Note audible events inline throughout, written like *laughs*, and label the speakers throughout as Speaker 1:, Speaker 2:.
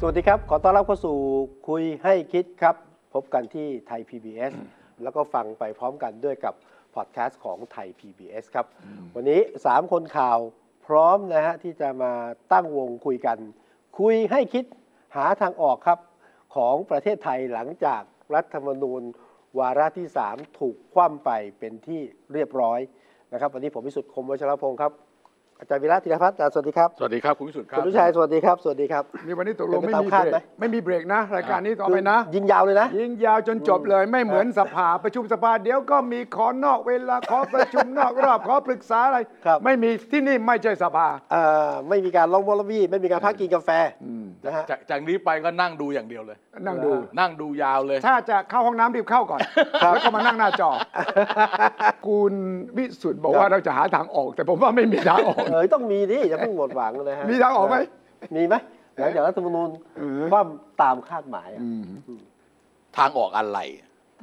Speaker 1: สวัสดีครับ ขอต้อนรับเข้าสู่คุยให้คิดครับ พบกันที่ไทย PBS แล้วก็ฟังไปพร้อมกันด้วยกับพอดแคสต์ของไทย PBS ครับ วันนี้ 3 คนข่าวพร้อมนะฮะ ที่จะมาตั้งวงคุยกัน คุยให้คิดหาทางออกครับ ของประเทศไทยหลังจากรัฐธรรมนูญ วาระที่ 3 ถูกคว่ำไปเป็นที่เรียบร้อยนะครับ วันนี้ผมพิสุทธิ์คมวัชรพงศ์ครับอาจารย์วิระธีรพัฒน์อาจารย์สวัสดีครับ
Speaker 2: สวัสดีครับ คุณวิสุทธิ์ครับ
Speaker 1: คุณลุชัยสวัสดีครับสวัสดีครับ
Speaker 3: นี่วันนี้ตกลง
Speaker 1: เป็นไป
Speaker 3: ไม่
Speaker 1: ตาม
Speaker 3: มี
Speaker 1: คาด
Speaker 3: เบร
Speaker 1: ไหม
Speaker 3: กไม่มีเบรกนะ รายการนี้ต่อไปนะ
Speaker 1: ยิงยาวเลยนะ
Speaker 3: ยิงยาวจนจบเลยไม่เหมือนสภาประชุมสภาเดี๋ยวก็มีขอนอกเวลาขอประชุมนอกรอบขอปรึกษาอะไร
Speaker 1: ครับ
Speaker 3: ไม่มีที่นี่ไม่ใช่สภา
Speaker 1: เอ่อไม่มีการล้องบอลบี้ไม่มีการพักกินกาแฟนะฮะ
Speaker 2: จากจากนี้ไปก็นั่งดูอย่างเดียวเลย
Speaker 3: นั่งดู
Speaker 2: นั่งดูยาวเลย
Speaker 3: ถ้าจะเข้าห้องน้ำรีบเข้าก่อน แล้วก็มานั่งหน้าจอ คุณวิสุทธ์บอก
Speaker 1: ครับ
Speaker 3: ว่าเราจะหาทางออก แต่ผมว่าไม่มีทางออก
Speaker 1: เอยต้องมีดิอย่าเพิ่งหมดหวังนะฮะ
Speaker 3: มีทางออกไหม
Speaker 1: มีไหมหลังจากรัฐธรรมนูญคว่ำตามคาดหมายอะ
Speaker 2: ทางออกอะไร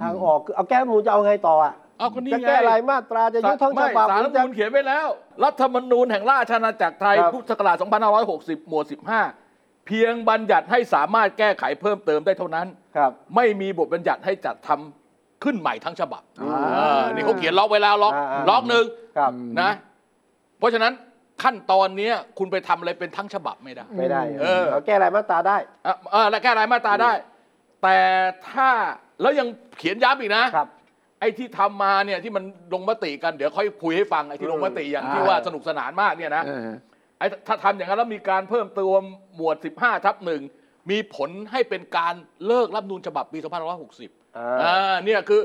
Speaker 1: ทางออกคือเอาแก้รัฐธรรมนูญจะเอาไงต่ออะ
Speaker 2: เอาคนนี้
Speaker 1: จะ
Speaker 2: ไง
Speaker 1: แก้รายมาตราจะยุบทั้งฉ
Speaker 2: ไม่
Speaker 1: บับ
Speaker 2: สาร
Speaker 1: ห
Speaker 2: รั
Speaker 1: รื
Speaker 2: ฐ
Speaker 1: อ
Speaker 2: ธรรม
Speaker 1: จะ
Speaker 2: นูญเขียนไว้แล้ว รัฐธรรมนูญแห่งราชอาณาจักรไทย
Speaker 1: ครับ
Speaker 2: พุทธศักราช2560 หมวด 15 เพียงบัญญัติให้สามารถแก้ไขเพิ่มเติมได้เท่านั้น
Speaker 1: ครับ
Speaker 2: ไม่มีบทบัญญัติให้จัดทำขึ้นใหม่ทั้งฉบับ
Speaker 1: อ่า
Speaker 2: เออนี่เขาเขียนล็อกไว้แล้วล็อก
Speaker 1: อ่าอ่า
Speaker 2: ล็อกหนึ่ง
Speaker 1: ครับ
Speaker 2: นะ เพราะฉะนั้นขั้นตอนเนี้ยคุณไปทำอะไรเป็นทั้งฉบับไม่ได้
Speaker 1: ไม่ได้
Speaker 2: เออ
Speaker 1: เอาแก้รายมาตราได้
Speaker 2: เออเออและแก้รายมาตราได้ แต่ถ้าแล้วยังเขียนย้ำอีกนะ
Speaker 1: ครับ
Speaker 2: ไอ้ที่ทำมาเนี่ยที่มันลงมติกันเดี๋ยวค่อยคุยให้ฟังไอ้ที่ลงมติอย่างที่
Speaker 3: อ่า
Speaker 2: ว่าสนุกสนานมากเนี่ยนะ
Speaker 3: เออ
Speaker 2: ไอ้ถ้าทำอย่างนั้นแล้วมีการเพิ่มเติมหมวด 15ทับหนึ่งมีผลให้เป็นการเลิกรับนูนฉบับปี 2560
Speaker 1: อ่า
Speaker 2: อ่าเนี่ยคือ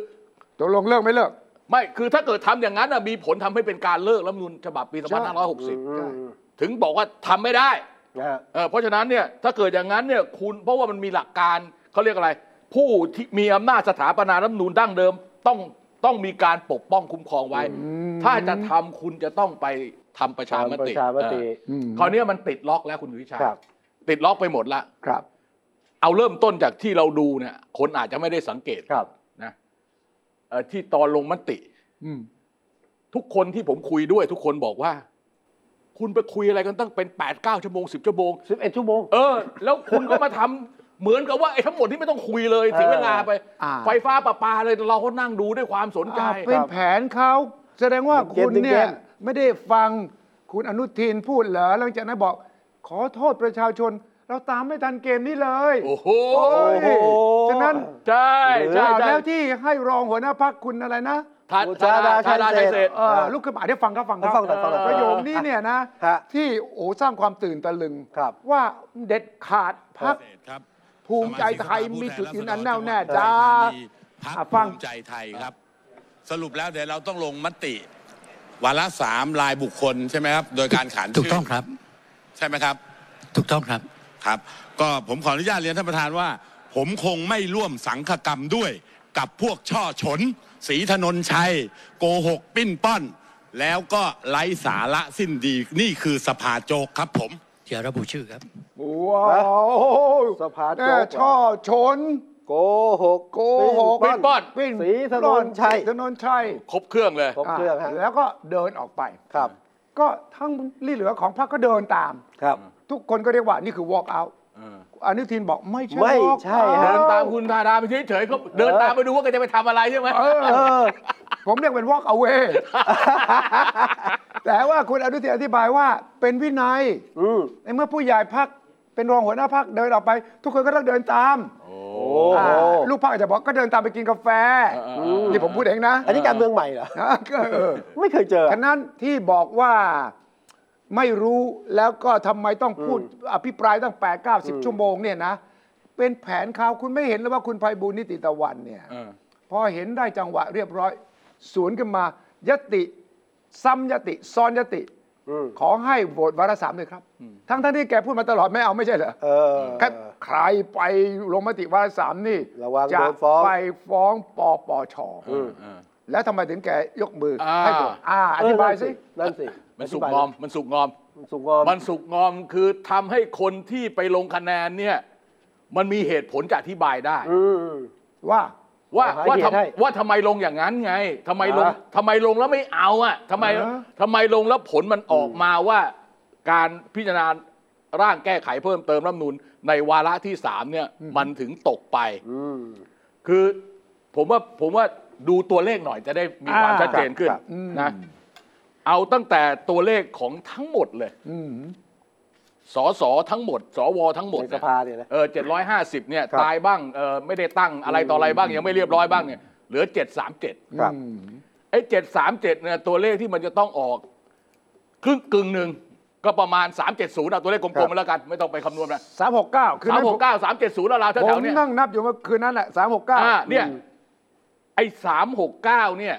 Speaker 3: ตกลงเลิกไม่เลิก
Speaker 2: ไม่คือถ้าเกิดทำอย่างนั้นน่ะมีผลทำให้เป็นการเลิกรับนูนฉบับปี
Speaker 1: อืม
Speaker 2: 2560 ถึงบอกว่าทำไม่ได้
Speaker 1: นะฮะ
Speaker 2: เอ่อเพราะฉะนั้นเนี่ยถ้าเกิดอย่างนั้นเนี่ยคุณเพราะว่ามันมีหลักการเขาเรียกอะไร ผู้ที่มีอำนาจสถาปนารัฐธรรมนูญดั้งเดิมต้องต้องมีการปกป้องคุ้มครองไว้ ถ้าจะทำคุณจะต้องไปทำประชาม
Speaker 1: ทำป
Speaker 2: ติ
Speaker 1: ระชามติ
Speaker 2: เอออ
Speaker 3: ม
Speaker 2: คราวเนี้ยมันติดล็อกแล้วคุณวิชา
Speaker 1: ครับ
Speaker 2: ติดล็อกไปหมดละ
Speaker 3: ครับ
Speaker 2: เอาเริ่มต้นจากที่เราดูเนี่ยคนอาจจะไม่ได้สังเกต
Speaker 1: ครับ
Speaker 2: นะเอ่อที่ตอนลงมติ
Speaker 3: อืม
Speaker 2: ทุกคนที่ผมคุยด้วย ทุกคนบอกว่า คุณไปคุยอะไรกันตั้งเป็น8ปดเก้าชั่วโมงสิบชั่วโมง
Speaker 1: สิบเอ็ดชั่วโมง
Speaker 2: เออ แล้วคุณก็มาทำเหมือนกับว่าไอ้ทั้งหมดที่ไม่ต้องคุยเลย
Speaker 1: เออ
Speaker 2: เสียเวลาไป
Speaker 3: อ่า
Speaker 2: ไฟฟ้าประปาเลยเราก็นั่งดูด้วยความสนใจ
Speaker 3: อ่าเป็นแผนเขาแสดงว่า
Speaker 1: เกม
Speaker 3: คุณ
Speaker 1: เก
Speaker 3: เนี่ย
Speaker 1: ม
Speaker 3: ไม่ได้ฟังคุณอนุทินพูดเหรอหลังจากนั้นบอก ขอโทษประชาชน เราตามไม่ทันเกมนี้เลย
Speaker 2: โอ้โห
Speaker 3: ย
Speaker 1: โอ้โห
Speaker 3: ฉะนั้น
Speaker 2: ใช่ใช่
Speaker 3: ข่าว
Speaker 2: ใช่
Speaker 3: แล้วที่ให้รองหัวหน้าพักคุณอะไรนะ
Speaker 2: ทานชาดาชาดาชัยเศรษฐ์
Speaker 3: เออลูกขึ้นมาเดี๋ยวฟังครับฟังครั
Speaker 1: ฟังหน่อยฟังหน่อย
Speaker 3: ประโยคนี้เนี่ยนะ
Speaker 1: ฮะ
Speaker 3: ที่โอ้สร้างความตื่นตะลึง
Speaker 1: ครับ
Speaker 3: ว่าเด็ดขาดพัก
Speaker 4: เศษครับ
Speaker 3: ภูมิใจไทยมีจุดยืนอันแน่วแน่
Speaker 4: ส
Speaker 3: จ้า
Speaker 4: มาชิกส
Speaker 3: อ่ะ
Speaker 4: ภาผู้แทนราษฎรจังหวัดอุทัยธานีพรรค
Speaker 3: ฟัง
Speaker 4: ภูมิใจไทยครับ สรุปแล้วเดี๋ยวเราต้องลงมติ วาระสามรายบุคคลใช่ไหมครับ โดยการขาน
Speaker 5: ถูก
Speaker 4: ชื่
Speaker 5: ต้องครับ
Speaker 4: ใช่ไหมครับ
Speaker 5: ถูกต้องครับ
Speaker 4: ครับ ก็ผมขออนุญาตเรียนท่านประธานว่า ผมคงไม่ร่วมสังฆกรรมด้วย กับพวกช่อฉนศรีถนนชัย โกหกปิ้นป้อน แล้วก็ไร้สาระสิ้นดีนี่คือสภาโจกครับผม
Speaker 5: อย่าระบุชื่อครับ
Speaker 3: ว้าว
Speaker 1: สภาโจ๊ก
Speaker 3: แน่ช่อชน
Speaker 1: โกหก
Speaker 3: โกหก
Speaker 1: ปิ้นป้อน
Speaker 2: น
Speaker 3: วิ่ง
Speaker 1: ศรีถนนชัย
Speaker 3: ถนนชัย
Speaker 2: ครบเครื่องเลย
Speaker 1: ครบเครื่องฮะ
Speaker 3: แล้วก็เดินออกไป
Speaker 1: ครับ
Speaker 3: ก็ทั้งที่เหลือของพรรคก็เดินตาม
Speaker 1: ครับ
Speaker 3: ทุกคนก็เรียกว่านี่คือ walk out
Speaker 2: เออ
Speaker 3: อนุทินบอกไม่ใช่
Speaker 1: ไม่
Speaker 3: walk
Speaker 1: ใช่
Speaker 3: out
Speaker 1: ฮะ
Speaker 2: เดินตามคุณชาดาไปเฉยๆเขาเดินตามไปดูว่าแกจะไปทำอะไรใช่ไหม
Speaker 3: เออ
Speaker 1: เออ
Speaker 3: ผมเรียกเป็น walk away *laughs* แต่ว่าคุณอนุทินอธิบายว่าเป็นวินัย
Speaker 1: อืม
Speaker 3: ในเมื่อผู้ใหญ่พักเป็นรองหัวหน้าพักเดินออกไป ทุกคนก็ต้องเดินตาม
Speaker 1: โอ้
Speaker 3: อ่า
Speaker 1: โห
Speaker 3: ลูกพักอาจจะบอกก็เดินตามไปกินกาแฟ นี่ผมพูดเองนะ
Speaker 1: อันนี้การเมืองใหม่เหรอ
Speaker 3: เออ
Speaker 1: ไม่เคยเจอ
Speaker 3: ฉะนั้นที่บอกว่าไม่รู้แล้วก็ทำไมต้องพูดอภิปรายตั้ง 8 9 0 ชั่วโมงเนี่ยนะ เป็นแผนข่าวคุณไม่เห็นเลยว่าคุณภัยบูลย์นิติตะวันเนี่ย
Speaker 2: เออ
Speaker 3: พอเห็นได้จังหวะเรียบร้อย สวนขึ้นมายติ ซ้ำยติ ซ้อนยติ
Speaker 1: อืม
Speaker 3: ขอให้โหวตวาระสามเลยครับ ทั้งทั้งๆที่แกพูดมาตลอดไม่เอาไม่ใช่เหรอ
Speaker 1: เออ
Speaker 3: แก ใครไปลงมติวาระสามนี่
Speaker 1: ระวัง
Speaker 3: จะ
Speaker 1: โดนฟ้อง
Speaker 3: ไปฟ้องปปช
Speaker 1: อืม
Speaker 2: เออ
Speaker 3: แล้วทำไมถึงแกยกมืออา ให้ผมอ่าอธิบายสิ
Speaker 1: นั่นสิ
Speaker 2: มันสุกงอม มันสุกงอม
Speaker 1: มันสุกงอม
Speaker 2: มันสุกงอมคือทำให้คนที่ไปลงคะแนนเนี่ย มันมีเหตุผลจะอธิบายได้
Speaker 1: อืม
Speaker 3: ว่า
Speaker 2: ว่า
Speaker 1: หา
Speaker 2: ว่า
Speaker 1: เหตุให้
Speaker 2: ทำว่าทำไมลงอย่างนั้นไงทำไมลง
Speaker 1: อ่า
Speaker 2: ทำไมลงแล้วไม่เอาอ่ะทำไม
Speaker 3: อ่า
Speaker 2: ทำไมลงแล้วผลมันออกมาว่า การพิจารณาร่างแก้ไขเพิ่มเติมรัฐธรรมนูนในวาระที่สามเนี่ยมันถึงตกไป
Speaker 1: อืม
Speaker 2: คือผมว่าผมว่าดูตัวเลขหน่อยจะได้มีความ
Speaker 3: อ่า
Speaker 2: ชัดเจนขึ้น
Speaker 1: ครับ
Speaker 2: นะเอาตั้งแต่ตัวเลขของทั้งหมดเลย
Speaker 3: อืม
Speaker 2: สสทั้งหมด สวทั้งหมด
Speaker 1: ใน
Speaker 2: เนี่ย
Speaker 1: สภาเนี่ยนะ
Speaker 2: เออเจ็ดร้อยห้าสิบเนี่ย
Speaker 1: ครับ
Speaker 2: ตายบ้างเออไม่ได้ตั้งอะไรต่ออะไรบ้างยังไม่เรียบร้อยบ้างเนี่ยเหลือเจ็ดสามเจ็ด
Speaker 1: ครับ
Speaker 2: ไอ้เจ็ดสามเจ็ดเนี่ยตัวเลขที่มันจะต้องออกครึ่งกึ่งหนึ่งก็ประมาณสามเจ็ดศูนย์เอาตัวเลขก
Speaker 1: ค
Speaker 2: ล
Speaker 1: รั
Speaker 2: ม
Speaker 1: บ
Speaker 2: ๆมาแล้วกันไม่ต้องไปคำนวณนะ
Speaker 3: สามหกเก้าคืน
Speaker 2: สาม
Speaker 3: นั้น
Speaker 2: ห
Speaker 3: ผ
Speaker 2: ก
Speaker 3: ม
Speaker 2: เก้าสามเจ็ดศูนย์แล้วเรา
Speaker 3: ผ
Speaker 2: แถว
Speaker 3: ม
Speaker 2: ๆเนี่ย
Speaker 3: นั่งนับอยู่เมื่อคืนนั้นแหละสามหกเก้า
Speaker 2: อ่าเนี่ยไอ้สามหกเก้าเนี่ย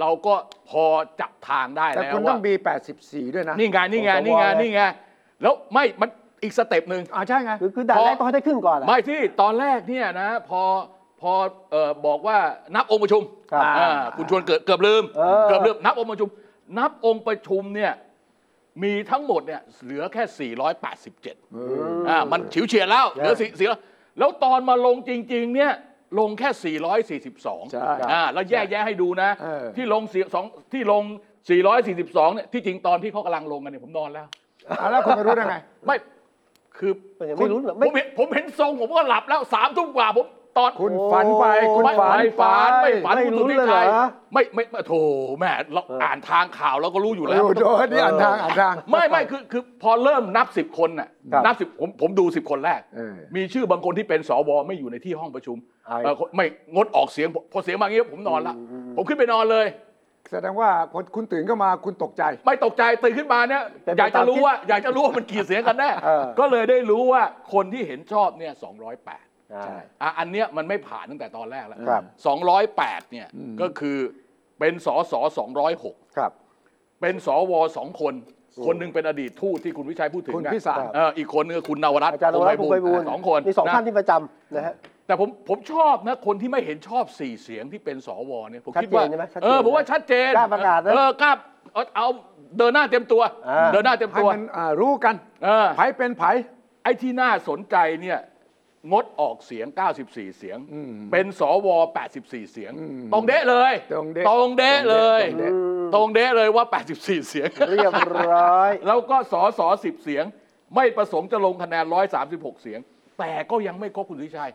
Speaker 2: เราก็พอจับทางได้
Speaker 3: แต่
Speaker 2: แล้ว
Speaker 3: คุณต้
Speaker 2: ว่า
Speaker 3: องมีแปดสิบสี่ด้วยนะ
Speaker 2: นี่ไงนี่ไงนี่ไงนี่ไงแล้วไม่มันอีกสเต็ปหนึ่ง
Speaker 3: อ่าใช่ไง
Speaker 1: คือคือด่านแรกต้องให้ได้ครึ่งก่อนอะ
Speaker 2: ไม่ที่ตอนแรกเนี่ยนะพอพอเอ่อบอกว่านับองค์ประชุม
Speaker 1: ครับ
Speaker 2: อ่าคุณชวนเกิดเกือบลืม
Speaker 1: เออ
Speaker 2: อบลืมนับองค์ประชุม นับองค์ประชุมเนี่ยมีทั้งหมดเนี่ยเหลือแค่ 487
Speaker 1: อืม
Speaker 2: อ่ามันฉิวเฉียดแล้วเหลือสี่สี่แล้วตอนมาลงจริง ๆ เนี่ยลงแค่ 442
Speaker 3: ใช่
Speaker 2: อ่าแล้วแยกแยะให้ดูนะ
Speaker 3: เออ
Speaker 2: ที่ลงสี่สองที่ลง 442เนี่ยที่จริงตอนที่เขากำลังลงกันเนี่ยผมนอนแล้ว
Speaker 3: อ่าแล้วคุณไปรู้ได้ไง
Speaker 2: ไม่ คือ
Speaker 1: มันยัง
Speaker 2: คุ
Speaker 1: ไม่
Speaker 2: ณ
Speaker 1: รู้เหรอ
Speaker 2: ผ
Speaker 1: ไม่
Speaker 2: มเห็นผมเห็นทรงผมก็หลับแล้วสามทุ่มกว่าผมตอน
Speaker 3: คุณฝันไปคุณ
Speaker 2: ไม่
Speaker 3: ฝัน
Speaker 2: ไม่
Speaker 3: ไป
Speaker 2: ฝันไม่ฝัน
Speaker 1: ไม่
Speaker 2: คุณ
Speaker 1: รู้
Speaker 2: สุทธิ
Speaker 1: เลยเหร
Speaker 2: ชั
Speaker 1: อย
Speaker 2: ไม่ไม่ไม่โถแม่เราอ่านทางข่าวเราก็รู้อยู่
Speaker 3: โอ้
Speaker 2: แล้ว
Speaker 3: โหโดนนี่อ่านทางอ่านทาง
Speaker 2: ไม่ไม่คือคือพอเริ่มนับสิบคนน่ะ
Speaker 1: ครับ
Speaker 2: นับสิบผมผมดูสิบคนแรก
Speaker 3: เออ
Speaker 2: มีชื่อบางคนที่เป็นสวไม่อยู่ในที่ห้องประชุม
Speaker 1: ไอ้
Speaker 2: เอ่อคนไม่งดออกเสียงพอพอเสียงมาอย่างงี้ผมนอนละผมขึ้นไปนอนเลย
Speaker 3: แสดงว่าพอคุณตื่นก็มาคุณตกใจ
Speaker 2: ไม่ตกใจตื่นขึ้นมาเนี่ย
Speaker 1: เป็นไป
Speaker 2: อยากจะรู้
Speaker 1: ตามที่
Speaker 2: ว่า อยากจะรู้ว่ามันกี่เสียงกันแน่
Speaker 1: เออ
Speaker 2: ก็เลยได้รู้ว่าคนที่เห็นชอบเนี่ย208
Speaker 1: อ่า
Speaker 2: อ่ะอันเนี้ยมันไม่ผ่านตั้งแต่ตอนแรกแล้ว
Speaker 1: ครับ
Speaker 2: สองร้อยแปดเนี่ยก็คือเป็นสสสองร้อยหก
Speaker 1: ครับ
Speaker 2: เป็นสวสองคน คนหนึ่งเป็นอดีตทูตที่คุณวิชัยพูดถึง
Speaker 3: คุณ
Speaker 2: นะ
Speaker 3: พิสาร
Speaker 2: เอออีกคนนึงคือคุณนวรัตน์
Speaker 1: อาจารย์นวรัตน์
Speaker 2: พ
Speaker 1: ภู
Speaker 2: ง
Speaker 1: มิ
Speaker 2: ไพ
Speaker 1: ไพบูลย์
Speaker 2: อ่ะสองคน
Speaker 1: มีสองท่านะ ที่ประจำนะฮะ
Speaker 2: แต่ผมผมชอบนะ คนที่ไม่เห็นชอบสี่เสียงที่เป็นสวเนี่ยผมคิดว่า
Speaker 1: ชัดเจนใช่ไหมชัดเจน
Speaker 2: เออผมว่าชัดเจน
Speaker 1: กล้าประกาศนะ
Speaker 2: เออกล้าเอาเอาเดินหน้าเต็มตัว
Speaker 1: อ่า
Speaker 2: เดินหน้าเต็ม
Speaker 3: ให้
Speaker 2: ตัว
Speaker 3: มันอ่ารู้กัน
Speaker 2: เออ
Speaker 3: ไผเป็นไผ
Speaker 2: ไอ้ที่น่าสนใจเนี่ยงดออกเสียง 94 เสียง เป็นสว 84 เสียง ตรงเดะเลย
Speaker 3: ตรงเดะ
Speaker 2: ตรงเดะเลย
Speaker 3: ตรงเดะ
Speaker 2: ตรงเดะเลยว่า 84 เสียง
Speaker 1: เรียบร้อย
Speaker 2: แล้วก็สส10 เสียง ไม่ประสงค์จะลงคะแนน 136 เสียง แต่ก็ยังไม่ครบคุณสุวิชัย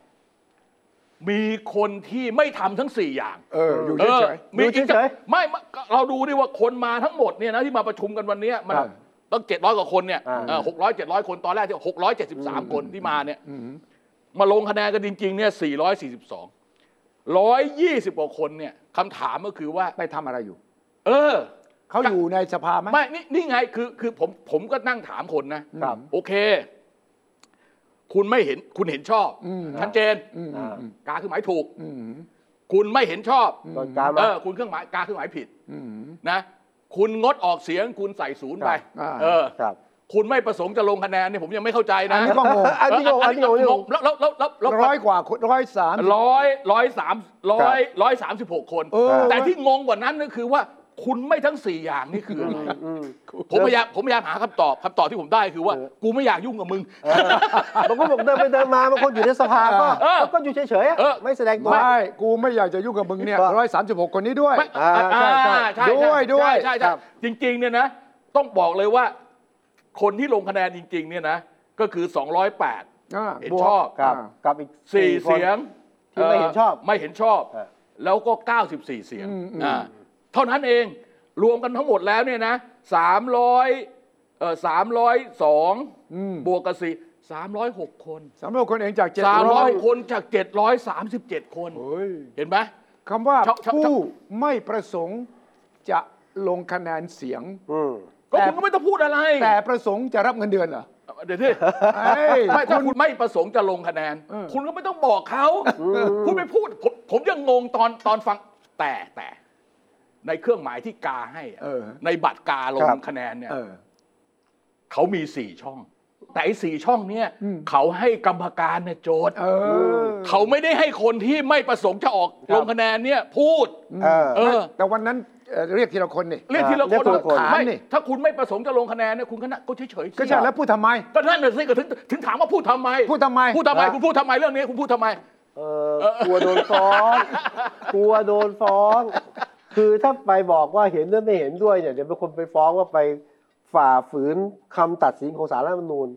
Speaker 2: มีคนที่ไม่ทำทั้ง 4 อย่าง
Speaker 3: เอออยู่
Speaker 2: เออ
Speaker 3: เฉย
Speaker 2: มี
Speaker 1: อยู่
Speaker 2: อีก
Speaker 1: เฉย
Speaker 2: ไม่ไม่เราดูดิว่าคนมาทั้งหมดเนี่ยนะที่มาประชุมกันวันเนี้ยมัน
Speaker 3: อ่า
Speaker 2: ต้องเจ็ดร้อยกว่าคนเนี่ย
Speaker 1: อ่า
Speaker 2: หกร้อยเจ็ดร้อยคนตอนแรกที่หกร้อยเจ็ดสิบสามคนที่มาเนี่ยมาลงคะแนนกันจริง ๆ เนี่ยสี่ร้อยสี่สิบสองร้อยยี่สิบกว่าคนเนี่ยคำถามก็คือว่า
Speaker 3: ๆไปทำอะไรอยู่
Speaker 2: เออ
Speaker 3: เขาอยู่ในสภาไหม
Speaker 2: ไม่นี่นี่ไงคือคือผมผมก็นั่งถามคนนะครับ โอเค คุณไม่เห็นคุณเห็นชอบชัดเจน
Speaker 3: อืม
Speaker 1: อ่า
Speaker 2: กาคือหมายถูก
Speaker 3: อืม
Speaker 2: คุณไม่เห็นชอบ
Speaker 1: ตอนกลางมา
Speaker 2: เออคุณเครื่องหมายกาเครื่องหมายผิด
Speaker 3: อืม
Speaker 2: นะคุณงดออกเสียงคุณใส่ศูนย์ไป
Speaker 1: ครับ
Speaker 3: อ่า
Speaker 2: เออ
Speaker 1: ครับ
Speaker 2: คุณไม่ประสงค์จะลงคะแนนเนี่ยผมยังไม่เข้าใจ
Speaker 3: อั
Speaker 2: นะ
Speaker 3: นนี้ก็งง
Speaker 1: อันนี้งงอันนี้งงอันนี้งง
Speaker 2: แล้วแล้วแล้วแล้วแล้ว
Speaker 3: ร้อยกว่าคนร้อยสาม
Speaker 2: ร้อยร้อยสามร้อยร้อยสามสิบหกคน
Speaker 3: เออ
Speaker 2: แต่ที่งงกว่านั้นก็คือว่าคุณไม่ทั้งสี่อย่างนี่คืออะไร
Speaker 1: อืม
Speaker 2: ผมพยายามผมพยายามหาคำตอบคำตอบที่ผมได้คือว่า
Speaker 1: เออ
Speaker 2: กูไม่อยากยุ่งกับมึง
Speaker 1: เออบางคนบอกเดินไปเดินมาบางคนอยู่ในสภาก็
Speaker 2: เออ
Speaker 1: ก็อยู่เฉยๆอะ
Speaker 2: เออ
Speaker 1: ไม่แสดงตัว
Speaker 3: ไม่ กูไม่อยากจะยุ่งกับมึงเนี่ย
Speaker 1: ก็
Speaker 3: ร้อยสามสิบหกคนนี้ด้วย
Speaker 2: ไม่
Speaker 1: อ่า
Speaker 2: อ่า
Speaker 1: ใช่ใช่
Speaker 2: ใช่
Speaker 3: ด้วยด้วย
Speaker 2: ใช่
Speaker 1: ค
Speaker 2: ใช่
Speaker 1: รับ
Speaker 2: จริง ๆ เนี่ยนะ ต้องบอกเลยว่า คนที่ลงคะแนนจริง ๆ เนี่ยนะ ก็คือ 208
Speaker 3: อ่า
Speaker 2: เห็น
Speaker 3: บวก
Speaker 2: ชอบ
Speaker 1: ครับ
Speaker 3: อ่า
Speaker 1: กับอีก
Speaker 2: สี่
Speaker 1: คน
Speaker 2: เสียง
Speaker 1: ที่ไม่เห็นชอบ
Speaker 2: ไม่เห็นชอบ
Speaker 1: เออ
Speaker 2: แล้วก็ 94 เสียง
Speaker 3: อืมอืม
Speaker 2: อ่าเท่านั้นเองรวมกันทั้งหมดแล้วเนี่ยนะ300เอ่อ
Speaker 3: อืม
Speaker 2: 302 บวกกับสี่306 คน
Speaker 3: สามร้อยคนเองจากเจ็ดร้อย
Speaker 2: 300 คนจาก 737 คน
Speaker 3: เฮ้ย
Speaker 2: เห็นไหม
Speaker 3: คำว่า
Speaker 2: ชอบชอบ
Speaker 3: ผู้ไม่ประสงค์จะลงคะแนนเสียง
Speaker 1: อืม
Speaker 2: ก็
Speaker 3: แต่
Speaker 2: คุณก็ไม่ต้องพูดอะไร
Speaker 3: แต่ประสงค์จะรับเงินเดือนเหรอ
Speaker 2: เดี๋ยวที่
Speaker 3: เอ้ย
Speaker 2: ไม่ถ้าคุณไม่ประสงค์จะลงคะแนน
Speaker 3: เออ
Speaker 2: คุณก็ไม่ต้องบอกเขา คุณไม่พูดผมผมยังงงตอนตอนฟังแต่แต่ ในเครื่องหมายที่กาให้อะ
Speaker 3: เออ
Speaker 2: ในบัตรกาลง
Speaker 1: ครับ
Speaker 2: คะแนนเนี่ย
Speaker 3: เออ
Speaker 2: เขามีสี่ช่อง แต่ไอ้สี่ช่องเนี่ย
Speaker 3: อืม
Speaker 2: เขาให้กรรมการเนี่ยโจทย์
Speaker 3: เออ
Speaker 2: เขาไม่ได้ให้คนที่ไม่ประสงค์จะออก
Speaker 1: ครับ
Speaker 2: ลงคะแนนเนี่ยพูด
Speaker 1: เออ
Speaker 2: เออ
Speaker 3: แต่วันนั้นเอ่อเรียกทีละคนนี่
Speaker 2: เรียกทีละ
Speaker 1: เรีย
Speaker 2: ค
Speaker 1: ก
Speaker 2: น
Speaker 1: ทีละคน
Speaker 2: ว่าไม่
Speaker 3: นี่
Speaker 2: ถ้าคุณไม่ประสงค์จะลงคะแนนเนี่ยคุณก็น่ะก็เฉยๆสิ
Speaker 3: ก็ใช่แล้วพูดทำไม
Speaker 2: ก็นั่นน่ะสิก็ถึงถึงถามว่าพูดทำไม
Speaker 3: พูดทำไม
Speaker 2: พูดทำไม
Speaker 1: นะ
Speaker 2: คุณพูดทำไมเรื่องนี้คุณพูดทำไม
Speaker 1: เออกลัวโดนฟ้อง กลัวโดนฟ้อง คือถ้าไปบอกว่าเห็นด้วยไม่เห็นด้วยเนี่ยเดี๋ยวเป็นคนไปฟ้องว่าไปฝ่าฝืนคำตัดสินของศาลรัฐธรรมนูญ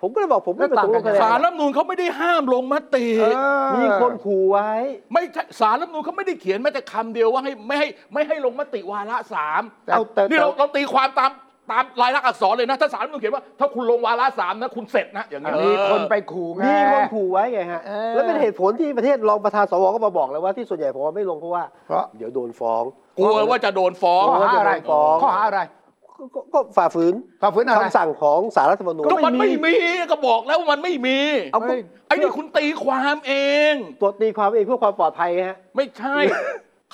Speaker 1: ผมก็เลยบอกผมไม่ประสงค์ลงคะแน
Speaker 2: สาร
Speaker 1: น
Speaker 2: รัฐธรรมนูญเขาไม่ได้ห้ามลงมติ
Speaker 3: เออ
Speaker 1: มีคนขู่ไว้
Speaker 2: ไม่ใช่สารรัฐธรรมนูญเขาไม่ได้เขียนแม้แต่คำเดียวว่าให้ไม่ให้ไม่ให้ลงมติวาระสาม
Speaker 1: แต่แต่
Speaker 2: นี่เรา
Speaker 1: แต่
Speaker 2: เราตีความตามตามลายลักษณ์อักษรเลยนะ ถ้าสารรัฐธรรมนูญเขียนว่าถ้าคุณลงวาระสามนะคุณเสร็จนะอย่างเงี้ย
Speaker 3: มีคนไปขู่ไง
Speaker 1: มีคนขู่ไว้ไงฮะ
Speaker 3: เออ
Speaker 1: แล้วเป็นเหตุผลที่ประเทศรองประธานสวก็มาบอกแล้วว่าที่ส่วนใหญ่ผมว่าไม่ลงเพราะว่า
Speaker 3: เพราะ
Speaker 1: เดี๋ยวโดนฟ้อง
Speaker 2: กลัวว่าจะโดนฟ้อง
Speaker 3: ข้อหาอะไร
Speaker 1: ว่าจะโดนฟ้อง
Speaker 3: ข้อหาอะไร
Speaker 1: ก็ก็ก็ฝ่าฝืน
Speaker 3: ฝ่าฝืนอะไร
Speaker 1: คำสั่งของศาลรัฐธรรมนูญ
Speaker 2: ก็มันไม่มีก็บอกแล้วว่ามันไม่มี
Speaker 1: เอาก็
Speaker 3: เฮ้ย
Speaker 2: ไอ้นี่คุณตีความเอง
Speaker 1: ตรวจตีความเองเพื่อความปลอดภัยไงฮะ
Speaker 2: ไม่ใช่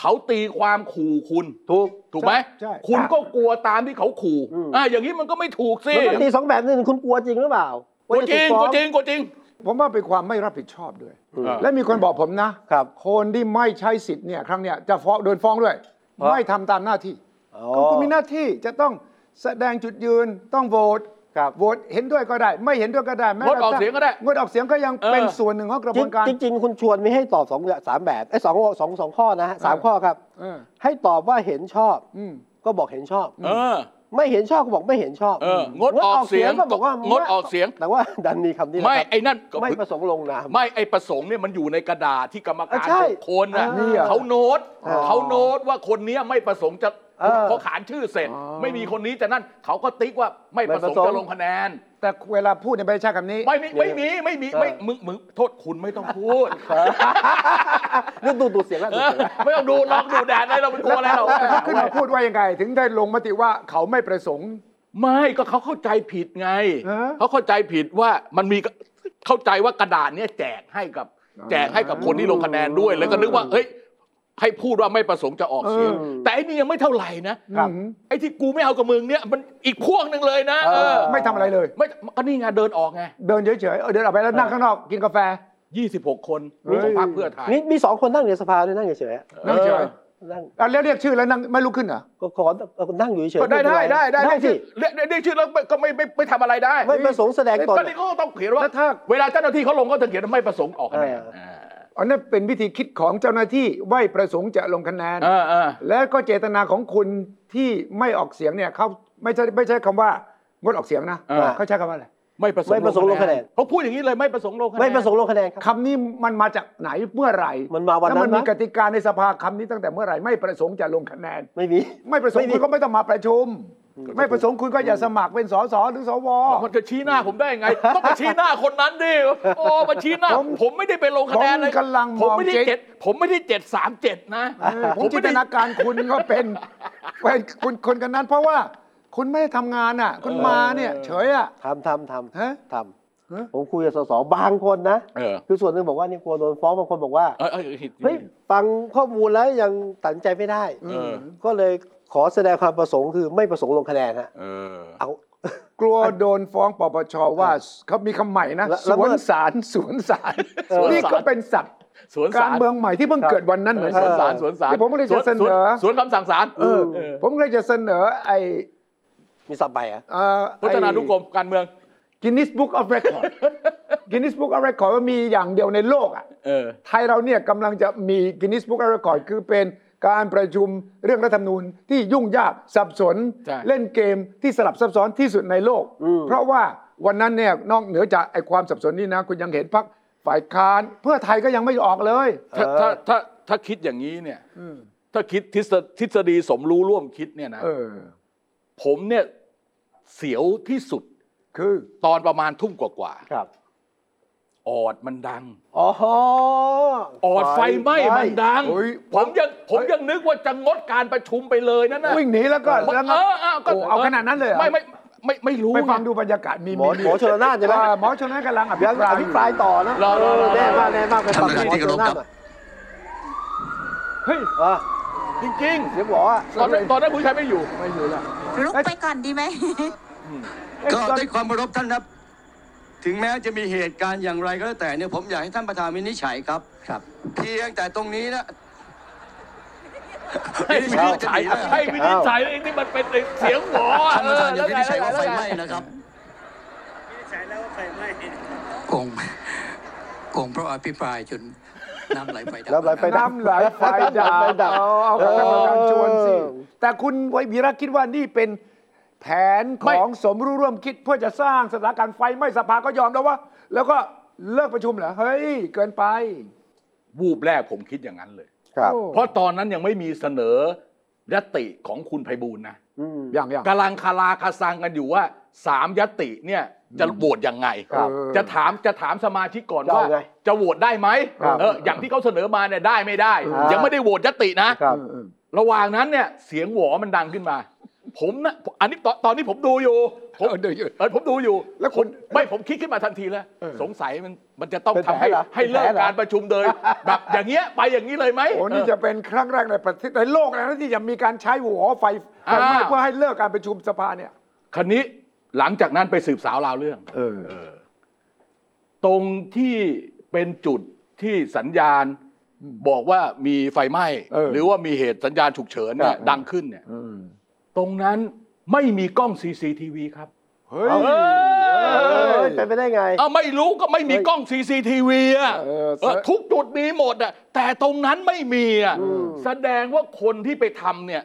Speaker 2: เขาตีความขู่คุณ
Speaker 1: ถูก
Speaker 2: ถูกไหม
Speaker 3: ใช่
Speaker 2: คุณก็กลัวตามที่เขาขู่
Speaker 1: อืม
Speaker 2: อ่าอย่างนี้มันก็ไม่ถูกสิ
Speaker 1: มันก็ตีสองแบบนึงคุณกลัวจริงหรือเปล่าก
Speaker 2: ลัวจริงกลัวจริงกลัวจริง
Speaker 3: ผมว่าเป็นความไม่รับผิดชอบด้วย
Speaker 1: อืม
Speaker 2: เออ
Speaker 3: และมีคนบอกผมนะครับ คนที่ไม่ใช้สิทธิ์เนี่ยครั้งเนี้ยจะฟ้องโดนฟ้องด้วย
Speaker 1: เพราะ
Speaker 3: ไม่ทำตามหน้าที่
Speaker 1: อ๋อ
Speaker 3: คุณมีหน้าที่จะต้องแสดงจุดยืนต้องโหวต
Speaker 1: ครับ
Speaker 3: โหวตเห็นด้วยก็ได้ ไม่เห็นด้วยก็ได้แม้
Speaker 2: งดออก
Speaker 3: ระทั่
Speaker 2: เสียงก็ได้
Speaker 3: งดออกเสียงก็ยังเป็น
Speaker 2: เออ
Speaker 3: ส่วนหนึ่งของกระบวนการ
Speaker 1: จริงจริง ๆ คุณชวนไม่ให้ตอบสองอย่างสามแบบไอ้ยสองสองสองข้อนะฮะสาม
Speaker 3: เออ
Speaker 1: ข้อครับ
Speaker 3: เออ
Speaker 1: ให้ตอบว่าเห็นชอบ
Speaker 3: อืม
Speaker 1: ก็บอกเห็นชอบ
Speaker 2: เออ
Speaker 1: ไม่เห็นชอบก็บอกไม่เห็นชอบ
Speaker 2: เอองดออกเสียง
Speaker 1: ก็บอกว่าง ง
Speaker 2: ดออกเสียง
Speaker 1: แต่ว่า ดันมีคำนี้นะ
Speaker 2: ไม่
Speaker 1: ครับ
Speaker 2: ไอ้นั่นก็
Speaker 1: ไม่ประสงค์ลงนาม
Speaker 2: ไม่ไอ้ประสงค์เนี่ยมันอยู่ในกระดาษที่กรรมการ
Speaker 1: อ่ะใช่
Speaker 2: หกคนนะ
Speaker 1: อ่านี่เหรอ
Speaker 2: เขาโน้ต
Speaker 1: อ๋อ
Speaker 2: เขาโน้ตว่าคนเนี้ยไม่ประสงค์จะ
Speaker 1: เออ
Speaker 2: พอขานชื่อเสร็จ
Speaker 3: อ๋อ
Speaker 2: ไม่มีคนนี้จะนั่นเขาก็ติ๊กว่าไม่ประสง
Speaker 1: ไม่
Speaker 2: ค์
Speaker 1: ประสงค์
Speaker 2: จะลงคะแนน
Speaker 3: แต่เวลาพูดเนี่ยไม่ใช่คำนี้
Speaker 2: ไม่มีไม่มีไม่มีไม่
Speaker 1: เออ
Speaker 2: มึงมึงโทษคุณไม่ต้องพูด
Speaker 1: เรื่องดูดูเสียงแล้ว
Speaker 2: เอ
Speaker 1: ดู
Speaker 2: อ
Speaker 1: เสียงแล้ว
Speaker 2: ไม่ต้องดูลองดูแดดเลยเราเป็นกลัวอะไรเรา
Speaker 3: แล้วเขาขึ้นมาพูดว่ายังไง ถึงได้ลงมติว่าเขาไม่ประสงค์
Speaker 2: ไม่ก็เขาเข้าใจผิดไง
Speaker 3: เออ
Speaker 2: เขาเข้าใจผิดว่ามันมีเข้าใจว่ากระดาษเนี้ยแจกให้กับ
Speaker 3: อ๋อ
Speaker 2: แจกให้กับคนที่ลงคะแนนด้วย แล้วก็นึกว่าเฮ้ยให้พูดว่าไม่ประสงค์จะออกเสียง
Speaker 3: เออ
Speaker 2: แต่ไอ้นี่ยังไม่เท่าไหร่นะครับ
Speaker 3: อืม
Speaker 2: ไอ้ที่กูไม่เอากับมึงเนี่ยมันอีกพวกหนึ่งเลยนะเออ
Speaker 3: ไม่ทำอะไรเลย
Speaker 2: ไม่ก็นี่ไงเดินออกไง
Speaker 3: เดินเฉยๆเออเดินออกไปแล้วนั่งข้างนอกกินกาแฟ
Speaker 2: 26 คน
Speaker 3: เฮ้ย
Speaker 2: ของพรรคเพื่อไทย
Speaker 1: มีมีสองคนนั่งอยู่ในสภาด้วยนั่งเฉยๆฮะ
Speaker 3: นั่งเฉ
Speaker 2: เอย อ
Speaker 1: นั่ง
Speaker 3: อ่ะแล้วเรียกชื่อแล้วนั่งไม่ลุกขึ้นเหรอ
Speaker 1: ก็ขอเอานั่งอยู่เฉยๆ
Speaker 2: ก็ได้ได้ได้ได้
Speaker 1: ได้สิ
Speaker 2: เรียกเรียกชื่อแล้วก็ไม่ไม่ไม่ทำอะไรได้
Speaker 1: ไม่ประสงค์แสดงตน
Speaker 2: ก็นี่เขาก็ต้องเขียนว่า
Speaker 3: แล้วถ้า
Speaker 2: เวลาเจ้าหน้าที่เขาลงก็จะเขียนว่าไม่ประสงค์ออกคะแนน
Speaker 1: เอ
Speaker 3: อันนั้นเป็นวิธีคิดของเจ้าหน้าที่ไม่ประสงค์จะลงคะแนน
Speaker 2: เออเออ
Speaker 3: และก็เจตนาของคุณที่ไม่ออกเสียงเนี่ยเขาไม่ใช่ไม่ใช่คำว่างดออกเสียงนะ
Speaker 1: เออ
Speaker 3: เขาใช้คำว่าอะไร
Speaker 2: ไม่ประสงค์
Speaker 1: ไม่ประสงค์ลงคะแนน
Speaker 2: เขาพูดอย่างนี้เลยไม่ประสงค์ลงคะแนน
Speaker 1: ไม่ประสงค์ลงคะแนนครับ
Speaker 3: คำนี้มันมาจากไหนเมื่อไหร่
Speaker 1: มันมาวันนั้น
Speaker 3: แล้วมันมี
Speaker 1: นะ
Speaker 3: กติกาในสภาคำนี้ตั้งแต่เมื่อไหร่ไม่ประสงค์จะลงคะแนน
Speaker 1: ไม่มี
Speaker 3: ไม่ประสงค์
Speaker 1: ไม่มี
Speaker 3: คุณก็ไม่ต้องมาประชุม ไม่ประสงค์คุณก็อย่าสมัครเป็นสสหรือสว
Speaker 2: มันจะชี้หน้าผมได้ยังไง ต้องไปชี้หน้าคนนั้นดิโอ้มาชี้หน้า
Speaker 3: ผม
Speaker 2: ผมไม่ได้ไปลงคะแนนเลย
Speaker 3: ผมกำลังมอง
Speaker 2: ผมไม่ได้
Speaker 3: เจ๊
Speaker 2: เจ็ดผมไม่ได้เจ็ดสามเจ็ดนะ
Speaker 3: เออผมจินตนาการคุณก็เป็น *laughs* เป็นคุณคนกันนั้นเพราะว่า คุณไม่ได้ทำงานอ่ะ คุณมาเนี่ย เฉยอ่ะ
Speaker 1: ทำทำ
Speaker 3: ฮะ
Speaker 1: ทำท
Speaker 3: ฮะ
Speaker 1: ำผมคุยกับสสบางคนนะ
Speaker 2: เออ
Speaker 1: คือส่วนหนึ่งบอกว่านี่กลัวโดนฟ้องบางคนบอกว่า
Speaker 2: เออเออเห็น
Speaker 1: เฮ้ยฟังข้อมูลแล้วยังตัดสินใจไม่ได้
Speaker 2: เออ
Speaker 1: ก็เลยขอแสดงความประสงค์คือไม่ประสงค์ลงคะแนนฮะ
Speaker 2: เออ
Speaker 1: เอา
Speaker 3: กลัวโดนฟ้องปปชว่าเขามีคำใหม่นะ
Speaker 1: ละ
Speaker 3: ส
Speaker 1: ละเมิ
Speaker 3: วน
Speaker 1: ด
Speaker 3: สาร *laughs* สวนสาร
Speaker 1: เออ
Speaker 3: นี่ก็เป็นศัพท์
Speaker 2: สวน
Speaker 3: กา
Speaker 2: สาร ร
Speaker 3: เมืองใหม่ที่เพิ่งเกิดวันนั้นเหมือน
Speaker 2: สวนสาร
Speaker 3: กัน
Speaker 2: สวนสาร
Speaker 3: เดี๋ยวผมก็เลยจะเสน
Speaker 2: วน
Speaker 3: อ
Speaker 2: สวนคำสั่งสาร
Speaker 3: เออ
Speaker 2: เออ
Speaker 3: ผมก็เลยจะเสนอไอ
Speaker 1: มีสับใบอ่ะ
Speaker 3: เอ่อไอ้
Speaker 2: พัฒนานุกรมการเมือง
Speaker 3: Guinness Book of Record *laughs* Guinness Book of Record ว่ามีอย่างเดียวในโลกอ่ะ
Speaker 2: เออ
Speaker 3: ไทยเราเนี่ยกำลังจะมี Guinness Book of Record คือเป็นการประชุมเรื่องรัฐธรรมนูญที่ยุ่งยากสับสน
Speaker 2: ใช่
Speaker 3: เล่นเกมที่สลับซับซ้อนที่สุดในโลก
Speaker 1: อืม
Speaker 3: เพราะว่าวันนั้นเนี่ยนอกเหนือจากไอ้ความสับสนนี่นะ คุณยังเห็นพักฝ่ายค้าน เพื่อไทยก็ยังไม่ออกเลย
Speaker 2: ถ้า
Speaker 1: เออ
Speaker 2: ถ้าถ้าถ้าคิดอย่างนี้เนี่ยถ้าคิดทฤษทฤษฎีสมรู้ร่วมคิดเนี่ยนะ
Speaker 3: เออ
Speaker 2: ผมเนี่ยเสียวที่สุด
Speaker 3: คือ
Speaker 2: ตอนประมาณทุ่มกว่า
Speaker 1: ครับ
Speaker 2: ๆออดมันดัง
Speaker 1: อ๋อ
Speaker 2: ออดไฟไหม้มันดัง
Speaker 3: โอ้ย
Speaker 2: ผมยังผมยังนึกว่าจะงดการประชุมไปเลยนั่นนะ
Speaker 3: วิ่งหนีแล้วก็
Speaker 2: มัน
Speaker 3: แล้ว
Speaker 2: เออ
Speaker 3: ก็
Speaker 2: เอาก็
Speaker 3: โอ้เอาขนาดนั้นเลยเหรอ
Speaker 2: ไม่ไม่ไม่ไม่รู้
Speaker 3: ไปฟัง
Speaker 2: ไ
Speaker 3: ดูบรรยากาศมี
Speaker 1: หมอหมอชลนานใช่ไหม
Speaker 3: เออหมอชนนั้นกำลังอภิ
Speaker 1: ยัง
Speaker 3: ปราย
Speaker 1: อภิปรายต่อนะ
Speaker 2: รอรอรอ
Speaker 1: แน่มากแน่มากไปฟังหมอชลนานหน่อย
Speaker 3: เฮ้ย
Speaker 1: อ่ะ
Speaker 2: จริง
Speaker 1: เดี๋ยวหมออ่ะ
Speaker 2: ๆ ตอนนั้นตอนนั้นผู้ชายไม่อยู่
Speaker 3: ไม่อยู่แล้ว
Speaker 6: ลุกไปก่อนดีไหม
Speaker 5: ก็ด้วยความเคารพท่านครับ
Speaker 6: ถึงแม้จะมีเหตุการณ์อย่างไรก็แล้วแต่เนี่ยผมอยากให้ท่านประธานวินิจฉัยครับ
Speaker 3: ครับ
Speaker 6: เพียงแต่ตรงนี้นะ
Speaker 2: ให้วินิจฉัยให้วินิจฉัยเองนี่มันเป็นเสียงหมอ
Speaker 6: ท่านประธาน
Speaker 2: เออ
Speaker 6: อย่าวินิจฉัยว่าไฟไหม้
Speaker 2: แล้วง
Speaker 6: นะครับ
Speaker 5: โกงโกงเพราะอภิปรายจนน้ำไหลไฟดับ
Speaker 1: น้ำไหลไฟ
Speaker 3: น้ำไหลไฟดั
Speaker 1: น้ำไหลไฟดั
Speaker 3: บบ เอาเอากับท่านประธานชวนสิ
Speaker 1: เออ
Speaker 3: แต่คุณวีระคิดว่านี่เป็นแผนของสมรู้ร่วมคิดเพื่อจะสร้างสถานการณ์ไฟไหม้สภาก็ยอมแล้วว่า แล้วก็เลิกประชุมเหรอ เฮ้ย เกินไป
Speaker 2: วูบแรกผมคิดอย่างนั้นเลย
Speaker 1: ครับ
Speaker 3: โอ้
Speaker 2: เพราะตอนนั้นยังไม่มีเสนอยติของคุณไพบูลย์นะ
Speaker 1: อืม
Speaker 3: อย่างอย่าง
Speaker 2: กำลังคาราคาซังกันอยู่ว่าสามยติเนี่ยจะโหวตยังไง
Speaker 1: ครับ
Speaker 2: จะถามจะถามสมาชิกก่อน
Speaker 1: จะเอา
Speaker 2: ว่า
Speaker 1: ไง
Speaker 2: จะโหวตได้ไหม
Speaker 1: ครับ
Speaker 2: เอออย่างที่เขาเสนอมาเนี่ยได้ไม่ได้
Speaker 1: อ่ายั
Speaker 2: ยังไม่ได้โหวตยตินะ
Speaker 1: ครับ
Speaker 2: ระหว่างนั้นเนี่ยเสียงหวอมันดังขึ้นมา ผมนะอันนี้ตอนตอนนี้ผมดูอยู่ผม
Speaker 3: เออดูอยู่
Speaker 2: เออผมดูอยู่
Speaker 3: แล้ว
Speaker 2: ผมไม่ผมคิดขึ้นมาทันทีแล้วสงสัยมันมันจะต้อง
Speaker 1: เป็น
Speaker 2: ทำให้
Speaker 1: แผลเหรอ
Speaker 2: ให้เลิก
Speaker 1: เป็นแผลเหรอ
Speaker 2: การประชุมเลย แบบอย่างเงี้ยไปอย่างนี้เลยไหม
Speaker 3: โอ้นี่จะเป็นครั้งแรกในประเทศในโลกเลยนะที่จะมีการใช้หัวไฟไฟ
Speaker 2: อ่า
Speaker 3: ไหม้เพื่อให้เลิกการประชุมสภาเนี่ย
Speaker 2: คันนี้หลังจากนั้นไปสืบสาวราวเรื่อง
Speaker 3: เออ
Speaker 2: ตรงที่เป็นจุดที่สัญญาณบอกว่ามีไฟไหม้
Speaker 3: เออ
Speaker 2: หรือว่ามีเหตุสัญญาณฉุกเฉินเนี่ยดังขึ้นเนี่ยตรงนั้นไม่มีกล้อง CCTV ครับ
Speaker 3: เฮ้ย
Speaker 1: เอ เอ้ยเป็นไปได้ไง
Speaker 2: เอาไม่รู้ก็ไม่มีกล้อง CCTV อ่ะ
Speaker 3: เออ
Speaker 2: เออทุกจุดมีหมดอ่ะแต่ตรงนั้นไม่มีอ่ะแสดงว่าคนที่ไปทำเนี่ย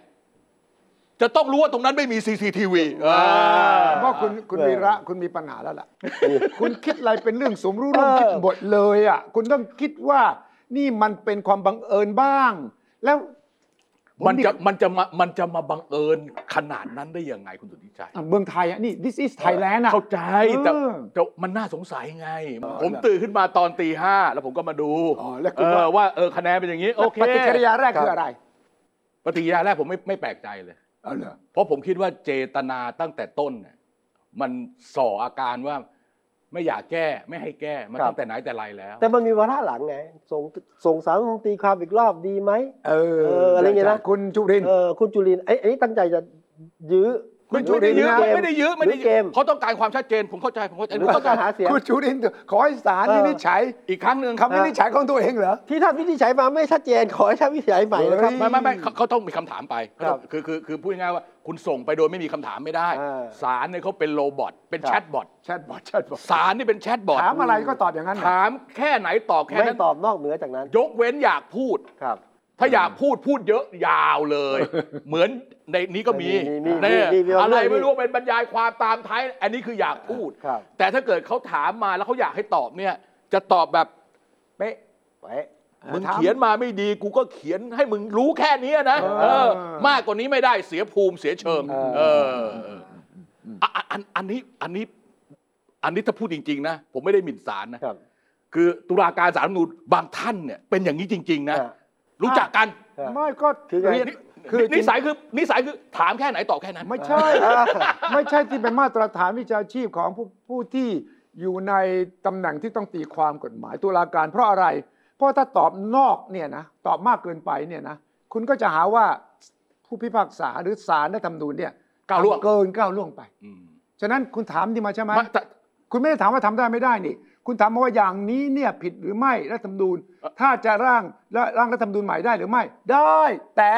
Speaker 2: จะต้องรู้ว่าตรงนั้นไม่มี CCTV เออ
Speaker 3: เพราะคุณคุณ
Speaker 1: เออ
Speaker 3: วีระคุณมีปัญหาแล้วล่ะ คุณคิดอะไรเป็นเรื่องสมรู้ร่วมคิดหมดเลยอ่ะคุณต้องคิดว่านี่มันเป็นความบังเอิญบ้าง แล้วผ
Speaker 2: มันจะ
Speaker 3: ดิ
Speaker 2: มันจะมามันจะมาบังเอิญขนาดนั้นได้ยังไงคุณสุทธิชัย
Speaker 3: อ่ะเมืองไทยอ่ะนี่ this is Thailand อ่ะ
Speaker 2: เข้าใจแต่
Speaker 3: เออ
Speaker 2: แต่มันน่าสงสัยไง ผมตื่นขึ้นมาตอนตีห้าแล้วผมก็มาดู
Speaker 3: อ๋อแล้วคุ
Speaker 2: เอ
Speaker 3: ณว่า
Speaker 2: อว่าเออคะแนนเป็นอย่างนี้ โอเค
Speaker 3: ปฏิกิริยาแรกคืออะไร
Speaker 2: ปฏิกิริยาแรกผมไม่ไม่แปลกใจเลย
Speaker 3: เอาเหรอ
Speaker 2: เพราะผมคิดว่าเจตนาตั้งแต่ต้นเนี่ยมันส่ออาการว่าไม่อยากแก้ไม่ให้แก้มา
Speaker 1: ครับ
Speaker 2: ตั้งแต่ไหนแต่ไรแล้ว
Speaker 1: แต่มันมีวาระหลังไง ส่งส่งสารรัฐธรรมนูญตีความอีกรอบดีไหม
Speaker 3: เออ
Speaker 1: เอออะไรเงี้ยนะ
Speaker 3: คุณจุรินทร์
Speaker 1: เออคุณจุลินไอ้ไอ้นี่ตั้งใจจะยื้อ
Speaker 3: คุณจุ
Speaker 2: ไม่
Speaker 3: ลิ
Speaker 2: ได้
Speaker 3: นทร์
Speaker 2: ยื้อ
Speaker 1: เก
Speaker 2: ไม่ได้ยื้อไม่ได้
Speaker 1: หรื
Speaker 2: ยื้
Speaker 1: เกม
Speaker 2: อเขาต้องการความชัดเจนผมเข้าใจผมเข้าใจ
Speaker 1: ห
Speaker 2: ผ
Speaker 1: รือ
Speaker 2: ม
Speaker 1: ต้อ
Speaker 2: เข้าง ใจ
Speaker 1: การหาเสียง
Speaker 3: คุณจุรินทร์ขอให้ศาล
Speaker 1: เออ
Speaker 3: วินิจฉัย
Speaker 2: อีกครั้งหนึ่ง
Speaker 3: คำวินิจฉัยของตัวเองเหรอ
Speaker 1: ที่ท่านวินิจฉัยมาไม่ชัดเจนขอให้ท่านวินิจฉัยใหม่นะครับ
Speaker 2: ไม่ไม่ไม่เขาเขาต้องมีคำถามไป
Speaker 1: ครับ
Speaker 2: เขาต้องคือคือคือพูดง่ายๆว่าคุณส่งไปโดยไม่มีคำถามไม่ได้
Speaker 1: อ่า
Speaker 2: สารเนี่ยเขาเป็นโรบอทเป็นแชทบอท
Speaker 3: แชทบอทแชทบอท
Speaker 2: สารนี่เป็นแชทบอท
Speaker 3: ถามอะไรก็ตอบอย่างนั้นน่ะ
Speaker 2: ถามแค่ไหนตอบแค่
Speaker 1: ไม่
Speaker 2: นั้น
Speaker 1: ตอบนอกเหนือจากนั้น
Speaker 2: ยกเว้นอยากพูด
Speaker 1: ครับ
Speaker 2: ถ้าอยากพูดพูดเยอะยาวเลย เหมือนในนี้ก็มี
Speaker 1: มีมีมี
Speaker 2: เนี่ย
Speaker 1: มีมีมี
Speaker 2: อะไรไม่รู้
Speaker 1: มี
Speaker 2: เป็นบรรยายความตามท้ายอันนี้คืออยากพูด
Speaker 1: ครับ
Speaker 2: แต่ถ้าเกิดเขาถามมาแล้วเขาอยากให้ตอบเนี่ย จะตอบแบบเป๊ะ
Speaker 1: ไป
Speaker 2: มึง
Speaker 3: ถาม
Speaker 2: เขียนมาไม่ดีกูก็เขียนให้มึงรู้แค่เนี้ยนะ
Speaker 3: เออ
Speaker 2: เออ มากกว่านี้ไม่ได้เสียภูมิเสียเชิง
Speaker 1: เออ
Speaker 2: เอออ่ะอ่ะอันอันนี้อันนี้ อันนี้ถ้าพูดจริง ๆ นะ ผมไม่ได้หมิ่นศาลนะครับ คือตุลาการศาลรัฐธรรมนูญบางท่านเนี่ยเป็นอย่างนี้จริง ๆ นะ
Speaker 1: อ่ะ
Speaker 2: รู้จักกัน
Speaker 1: ครับ
Speaker 3: ไม่ก็
Speaker 1: คือไง
Speaker 3: เรียน
Speaker 2: คื
Speaker 3: คือ
Speaker 2: อ
Speaker 3: จริ
Speaker 2: นิ
Speaker 3: ง
Speaker 2: สัยคือนิสัยคือถามแค่ไหนตอบแค่นั้น
Speaker 3: ไม่ใช่ *laughs* ไม่ใช่ที่เป็นมาตรฐานวิชาชีพของผู้ผู้ที่อยู่ในตำแหน่งที่ต้องตีความกฎหมายตุลาการเพราะอะไร เพราะถ้าตอบนอกเนี่ยนะตอบมากเกินไปเนี่ยนะคุณก็จะหาว่าผู้พิพากษาหรือศาลรัฐธรรมนูญเนี่ย
Speaker 2: ก้าวล่วง
Speaker 3: เกินก้าวล่วงไป
Speaker 2: อืม
Speaker 3: ฉะนั้นคุณถามดีมาใช่ไหม
Speaker 2: ไม่แต่
Speaker 3: คุณไม่ได้ถามว่าทำได้ไม่ได้นี่ คุณถามมาว่าอย่างนี้เนี่ยผิดหรือไม่รัฐธรรมนูญ ถ้าจะร่างร่างรัฐธรรมนูญใหม่ได้หรือไม่ ได้ แต่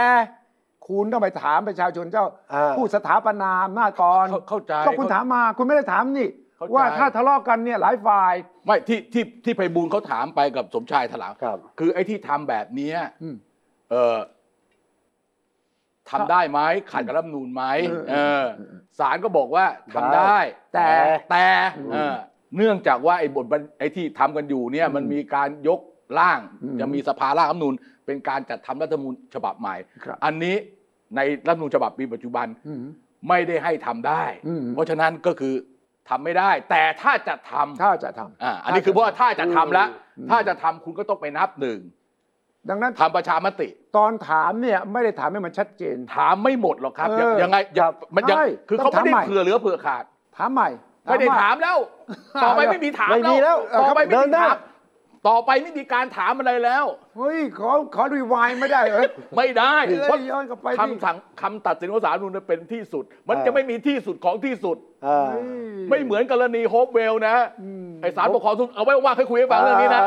Speaker 3: คุณต้องไปถามประชาชนเจ้า
Speaker 1: อ่า
Speaker 3: ผู้สถาปนาอำนาจก่อน
Speaker 2: เข้าเข้าใจ
Speaker 3: ก็คุณถามมาคุณไม่ได้ถามนี่
Speaker 2: เข้าใจ
Speaker 3: ว่าถ้าทะเลาะกันเนี่ยหลายฝ่าย
Speaker 2: ไม่ที่ที่ที่ไพบูลย์เขาถามไปกับสมชายถลาง
Speaker 1: ครับ
Speaker 2: คือไอ้ที่ทำแบบเนี้ย
Speaker 3: อืม
Speaker 2: เออทำได้ไหมขัดกับรัฐธรรมนูญไหม
Speaker 3: เออ
Speaker 2: เออศาลก็บอกว่าทำ
Speaker 1: ได้
Speaker 2: ได้
Speaker 3: แต่
Speaker 2: แต่เออเนื่องจากว่าไอ้บทบัญไอ้ที่ทำกันอยู่เนี่ย มันมีการยกร่าง จะมีสภาร่างรัฐธรรมนูญเป็นการจัดทำรัฐธรรมนูญฉบับใหม่
Speaker 3: ครับ
Speaker 2: อันนี้ในรัฐธรรมนูญฉบับปีปัจจุบัน
Speaker 3: อืม
Speaker 2: ไม่ได้ให้ทำได้
Speaker 3: อืม
Speaker 2: เพราะฉะนั้นก็คือทำไม่ได้ แต่ถ้าจะทำ
Speaker 3: ถ้าจะทำ
Speaker 2: อ่าอันนี้คือเพราะว่าถ้าจะทำแล้ว ถ้าจะทำคุณก็ต้องไปนับหนึ่ง
Speaker 3: ดังนั้น
Speaker 2: ทำประชามติ
Speaker 3: ตอนถามเนี่ยไม่ได้ถามให้มันชัดเจน
Speaker 2: ถามไม่หมดหรอกครับยัง
Speaker 3: เออ
Speaker 2: ยังไงยังมันยัง
Speaker 3: ใช่
Speaker 2: คือเขาไม่
Speaker 3: ต้องถามใหม่
Speaker 2: ได้เผื่อเหลือเผื่อขาด
Speaker 3: ถามใหม่
Speaker 2: ไม่ได้
Speaker 3: ว่
Speaker 2: ถามแล้ว ต่อไป
Speaker 3: เอาละ
Speaker 2: ไม่มีถาม
Speaker 1: ไม่มีแล้ว
Speaker 2: ต่อไปไม่
Speaker 1: เดิ
Speaker 2: มี
Speaker 1: นหน้า
Speaker 2: ถาม ต่อไปไม่มีการถามอะไรแล้ว
Speaker 3: เฮ้ยขอขอรีวายไม่ได้เหรอ
Speaker 2: ไม่ได้
Speaker 3: เฮ้ย
Speaker 2: เพราะ
Speaker 3: ย้อนกลับไปดิ
Speaker 2: คำสั่งคำตัดสินของศาลนูนเป็นที่สุด มัน
Speaker 1: เออ
Speaker 2: จะไม่มีที่สุดของที่สุด
Speaker 1: เออ
Speaker 3: เฮ้ย
Speaker 2: ไม่เหมือนกรณีโฮปเวลนะ ไอสารปกครองสูงเอาไว้ว่างๆค่อยคุยให้ฟัง
Speaker 1: เออ
Speaker 2: เรื่องนี้นะ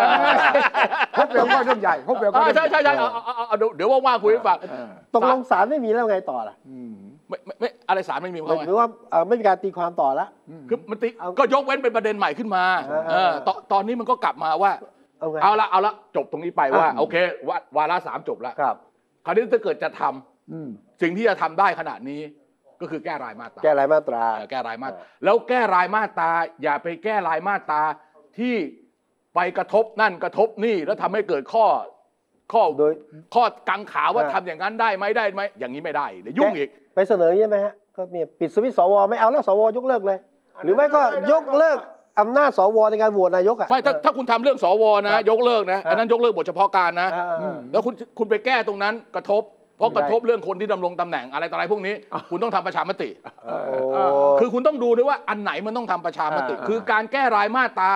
Speaker 3: พบเร็วก็เรื่องใหญ่พบเร็วก็
Speaker 2: อ่า
Speaker 3: เรื่อง
Speaker 2: ใช่ใช่ใช่เอาเอาเอาเอาเดี๋ยวเดี๋ยวว่างๆคุยให้ฟัง
Speaker 1: ตกลงศาลไม่มีแล้วไงต่อล่ะ
Speaker 2: ไม่ไม่ไม่อะไรสารไม่มี
Speaker 1: ห
Speaker 2: เขา
Speaker 1: มาย
Speaker 2: ไว้
Speaker 1: ถึงว่าเอ่อไม่มีการตีความต่อละ
Speaker 2: คือมันติ
Speaker 1: เอา
Speaker 2: ก็ยกเว้นเป็นประเด็นใหม่ขึ้นมา
Speaker 1: เออเออ
Speaker 2: เออตอนตอนนี้มันก็กลับมาว่า
Speaker 1: เอาไง
Speaker 2: เอาละเอาละจบตรงนี้ไปว่า
Speaker 1: อ่ะ
Speaker 2: โอเควาวาระสามจบแล้ว
Speaker 1: ครับ
Speaker 2: คราวนี้ถ้าเกิดจะทำ
Speaker 3: อืม
Speaker 2: สิ่งที่จะทำได้ขนาดนี้ ก็คือแก้รายมาตรา
Speaker 1: แก้รายมาตรา
Speaker 2: เออแก้รายมาตรา
Speaker 1: เออ
Speaker 2: แล้วแก้รายมาตราอย่าไปแก้รายมาตราที่ไปกระทบนั่นกระทบนี่แล้วทำให้เกิดข้อข้อ
Speaker 1: โดย
Speaker 2: ข้อกังขาว่า
Speaker 1: เออ
Speaker 2: ทำอย่างนั้นได้ไหมได้ไหมอย่างนี้ไม่ได้เดี๋ยวยุ่งอีก
Speaker 1: ไปเสนอใช่างนี้ไหมฮะก็เนี่ยปิดสวิตช์สวไม่เอาแล้วสวยกเลิกเลย หรือไม่ก็ยกเลิกอำนาจสวในการโหวตนายกอ่ะ
Speaker 2: ไม่ถ้าถ้าคุณทำเรื่องสวนะ ยกเลิกนะ
Speaker 1: ครับ
Speaker 2: อันนั้นยกเลิกบทเฉพาะการนะ
Speaker 1: เออเออ
Speaker 2: แล้วคุณคุณไปแก้ตรงนั้นกระทบ เพราะกระทบเรื่องคนที่ดำรงตำแหน่งอะไรต่ออะไรพวกนี้ คุณต้องทำประชามติ
Speaker 1: เออโอ้
Speaker 2: คือคุณต้องดูด้วยว่าอันไหนมันต้องทำประชามติ
Speaker 1: เออ
Speaker 2: คือการแก้รายมาตรา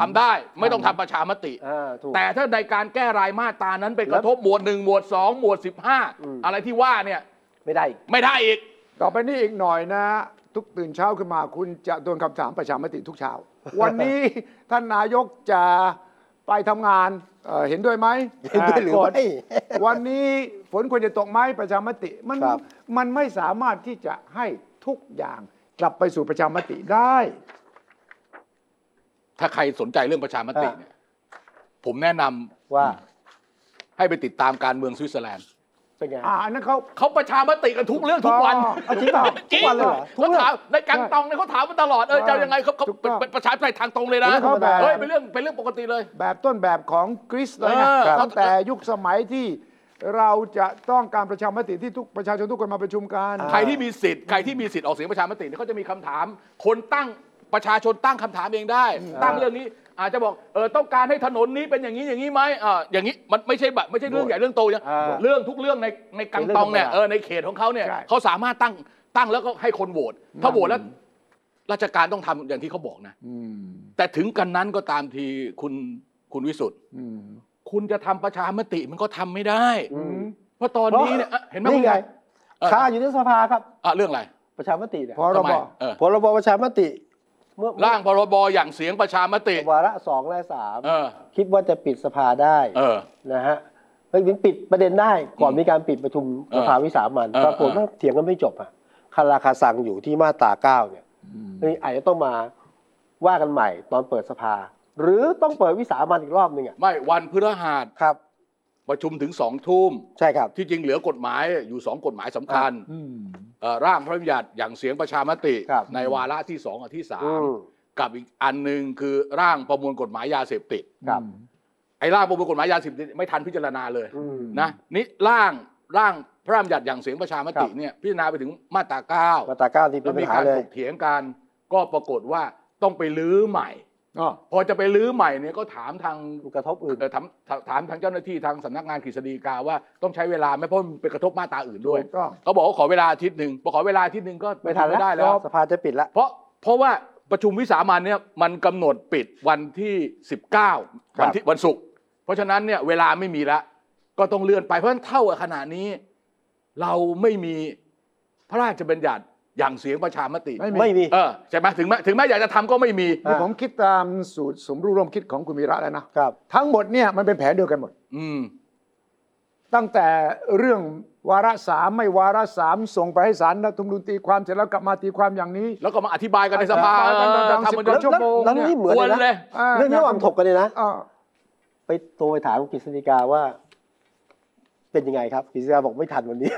Speaker 2: ทำได้ไม่ต้องทำประชามติ
Speaker 1: อ่าถูก
Speaker 2: แต่ถ้าในการแก้รายมาตรานั้นไปกระทบหมวดหนึ่งหมวดสองหมวดสิบห้า
Speaker 1: อืม
Speaker 2: อะไรที่ว่าเนี่ย
Speaker 1: ไม่ได้อีก
Speaker 2: ไม่ได้อีก
Speaker 3: ต่อไปนี้อีกหน่อยนะ ทุกตื่นเช้าขึ้นมาคุณจะโดนคำถามประชามติทุกเช้า วันนี้ ท่านนายกจะไปทำงานเอ่อเห็นด้วยไหม
Speaker 1: เห็นด้วยหรือไม่
Speaker 3: าก่น *laughs* วันนี้ฝนควรจะตกไหมประชามติมัน
Speaker 1: ครับ
Speaker 3: มันไม่สามารถที่จะให้ทุกอย่างกลับไปสู่ประชามติได้
Speaker 2: ถ้าใครสนใจเรื่องประชามติ
Speaker 1: อ่ะ
Speaker 2: เนี่ยผมแนะนำ
Speaker 1: ว่า
Speaker 2: ให้ไปติดตามการเมืองสวิตเซอร์แลนด์
Speaker 1: เป็นไง
Speaker 3: อ่าอันนั้นเขา
Speaker 2: เขาประชามติกันทุกเรื่องทุกวัน
Speaker 3: อ๋อ
Speaker 1: เอาจริงเปล่า
Speaker 2: จ
Speaker 1: ทุ
Speaker 2: ริ
Speaker 1: กวันเลยเหรอ
Speaker 2: เขาถามในกังตองเนี่ยเขาถามมาตลอดเออจะเอายังไงเขาเขา
Speaker 3: ถูกต้อง
Speaker 2: เป็นประชาธิปไตยทางตรงเลยนะ
Speaker 3: ถูกต้องแบบ
Speaker 2: เฮ้ยเป็นเรื่องเป็นเรื่องปกติเลย
Speaker 3: แบบต้นแบบของกรีซเลยนะ
Speaker 2: เออครับ
Speaker 3: ตั้งแต่ยุคสมัยที่เราจะต้องการประชามติที่ทุกประชาชนทุกคนมาประชุมกัน
Speaker 2: ใครที่มีสิทธิ์ใครที่มีสิทธิ์ออกเสียงประชามติเนี่ยเขาจะมีคำถาม คนตั้งประชาชนตั้งคำถามเองได้ ตั้งเรื่องนี้ อาจจะบอกเออต้องการให้ถนนนี้เป็นอย่างนี้อย่างนี้ไหมอ่าอย่างนี้มันไม่ใช่แบบไม่ใช่เรื่องใหญ่เรื่องโตเนี่ย
Speaker 1: อ่า
Speaker 2: เรื่องทุกเรื่องในในกังตองเนี่ย
Speaker 1: เป็นเรื่องธรรมดา
Speaker 2: เออในเขตของเขาเนี่ย
Speaker 3: ใช่
Speaker 2: เขาสามารถตั้งตั้งแล้วก็ให้คนโหวตถ้าโหวตแล้ว ราชการต้องทำอย่างที่เขาบอกนะแต่ถึงกันนั้นก็ตามทีคุณคุณวิสุทธ์คุณจะทำประชามติมันก็ทำไม่ได้
Speaker 1: อืม
Speaker 2: เพราะตอนนี้เนี่ยอ่ะเห็นไหม
Speaker 1: นี่ไง
Speaker 2: เออ
Speaker 1: คาอยู่ในสภาครับ
Speaker 2: อ่ะเรื่องอะไร
Speaker 1: ประชามติเนี่ย
Speaker 3: พร
Speaker 2: ทำไม
Speaker 3: บ
Speaker 2: เออ
Speaker 1: พรบประชามติเมื่อ
Speaker 2: ร่างพรบอย่างเสียงประชามติ
Speaker 1: วาระสองและสาม
Speaker 2: เออ
Speaker 1: คิดว่าจะปิดสภาได้
Speaker 2: เออ
Speaker 1: นะฮะเฮ้ยมันปิดประเด็นได้ก่อนมีการปิดประชุม
Speaker 2: เออ
Speaker 1: สภาวิสามัน
Speaker 2: เออ
Speaker 1: ปรากฏว่าเถียงกันไม่จบอ่ะคาราคาซังอยู่ที่มาตราเก้าเนี่ยเฮ้ยอาจจะต้องมาว่ากันใหม่ตอนเปิดสภา หรือต้องเปิดวิสามันอีกรอบหนึ่งอ่ะ
Speaker 2: ไม่วันพฤหัส
Speaker 1: ครับ
Speaker 2: ประชุมถึงสองทุ่ม
Speaker 1: ใช่ครับ
Speaker 2: ที่จริงเหลือกฎหมายอยู่สองกฎหมายสำคัญเอ่อร่างพระราชบัญญัติอย่างเสียงประชามติ
Speaker 1: ครับ
Speaker 2: ในวาระที่สองกับที่สา
Speaker 1: อื
Speaker 2: ม
Speaker 1: ม
Speaker 2: กับอีกอันหนึ่งคือร่างประมวลกฎหมายยาเสพติด
Speaker 1: ครับ
Speaker 2: ไอ้ร่างประมวลกฎหมายยาเสพติดไม่ทันพิจารณาเลย
Speaker 1: อืม
Speaker 2: นะนี่ร่างร่างพระราชบัญญัติอย่างเสียงประชามติ
Speaker 1: ครับ
Speaker 2: เนี่ยพิจารณาไปถึงมาตราเก้า
Speaker 1: มาตราเก้าที่เป็
Speaker 2: แล้
Speaker 1: น
Speaker 2: ว
Speaker 1: ปัญ
Speaker 2: มี
Speaker 1: หา
Speaker 2: การ
Speaker 1: เล
Speaker 2: ถ
Speaker 1: ย
Speaker 2: กเถียงกันก็ปรากฏว่าต้องไปลื้อใหม่
Speaker 3: อ๋อ
Speaker 2: พอจะไปลื้อใหม่เนี่ยก็ถามทาง
Speaker 1: กระทบอื่น
Speaker 2: เอ่อถามถามถามทางเจ้าหน้าที่ทางสำนักงานกฤษฎีกาว่าต้องใช้เวลาไหมเพราะมันไปกระทบมาตราอื่นด้วย
Speaker 3: ถูกต้อง
Speaker 2: เขาบอกว่าขอเวลาอาทิตย์หนึ่งพอขอเวลาอาทิตย์หนึ่งก็
Speaker 1: ไม่ทัน
Speaker 2: ไม่ได้
Speaker 1: แล้
Speaker 2: แล้ว ว
Speaker 1: สภาจะปิดละ
Speaker 2: เพราะเพราะว่าประชุมวิสามันเนี่ยมันกำหนดปิดวันที่ 19
Speaker 1: ครับ
Speaker 2: วันที่วันศุกร์เพราะฉะนั้นเนี่ยเวลาไม่มีแล้วก็ต้องเลื่อนไปเพราะฉะนั้นเท่ากับขณะนี้ เราไม่มีพระราชบัญญัติอย่างเสียงประชามติ
Speaker 3: ไม่
Speaker 1: ไม่มี
Speaker 2: เออใช่ไหมถึงแม้ถึงแม้อยากจะทำก็ไม่มี
Speaker 3: นี่
Speaker 1: อ่า
Speaker 3: ผมคิดตามสูตรสมรู้ร่วมคิดของคุณวีระแล้วนะ
Speaker 1: ครับ
Speaker 3: ทั้งหมดเนี่ยมันเป็นแผนเดียวกันหมด
Speaker 2: อืม
Speaker 3: ตั้งแต่เรื่องวาระสามไม่วาระสามส่งไปให้ศาลรัฐธรรมนูญตีความเสร็จแล้วกลับมาตีความอย่างนี้
Speaker 2: แล้วก็มาอธิบายกันในสภา
Speaker 3: อธิบายกันดังๆ
Speaker 2: ทำมัน
Speaker 3: สิบกว่า
Speaker 2: ชั่วโมง
Speaker 1: แล้วนี่เหมือน
Speaker 2: กวน
Speaker 1: เลย
Speaker 2: เลย
Speaker 1: นะ เรื่องนี้ความถกกันเลยนะ
Speaker 3: อ่า
Speaker 1: ไปโทรไปถามกฤษฎีกาว่า เป็นยังไงครับกฤษฎีกาบอกไม่ทันวันนี้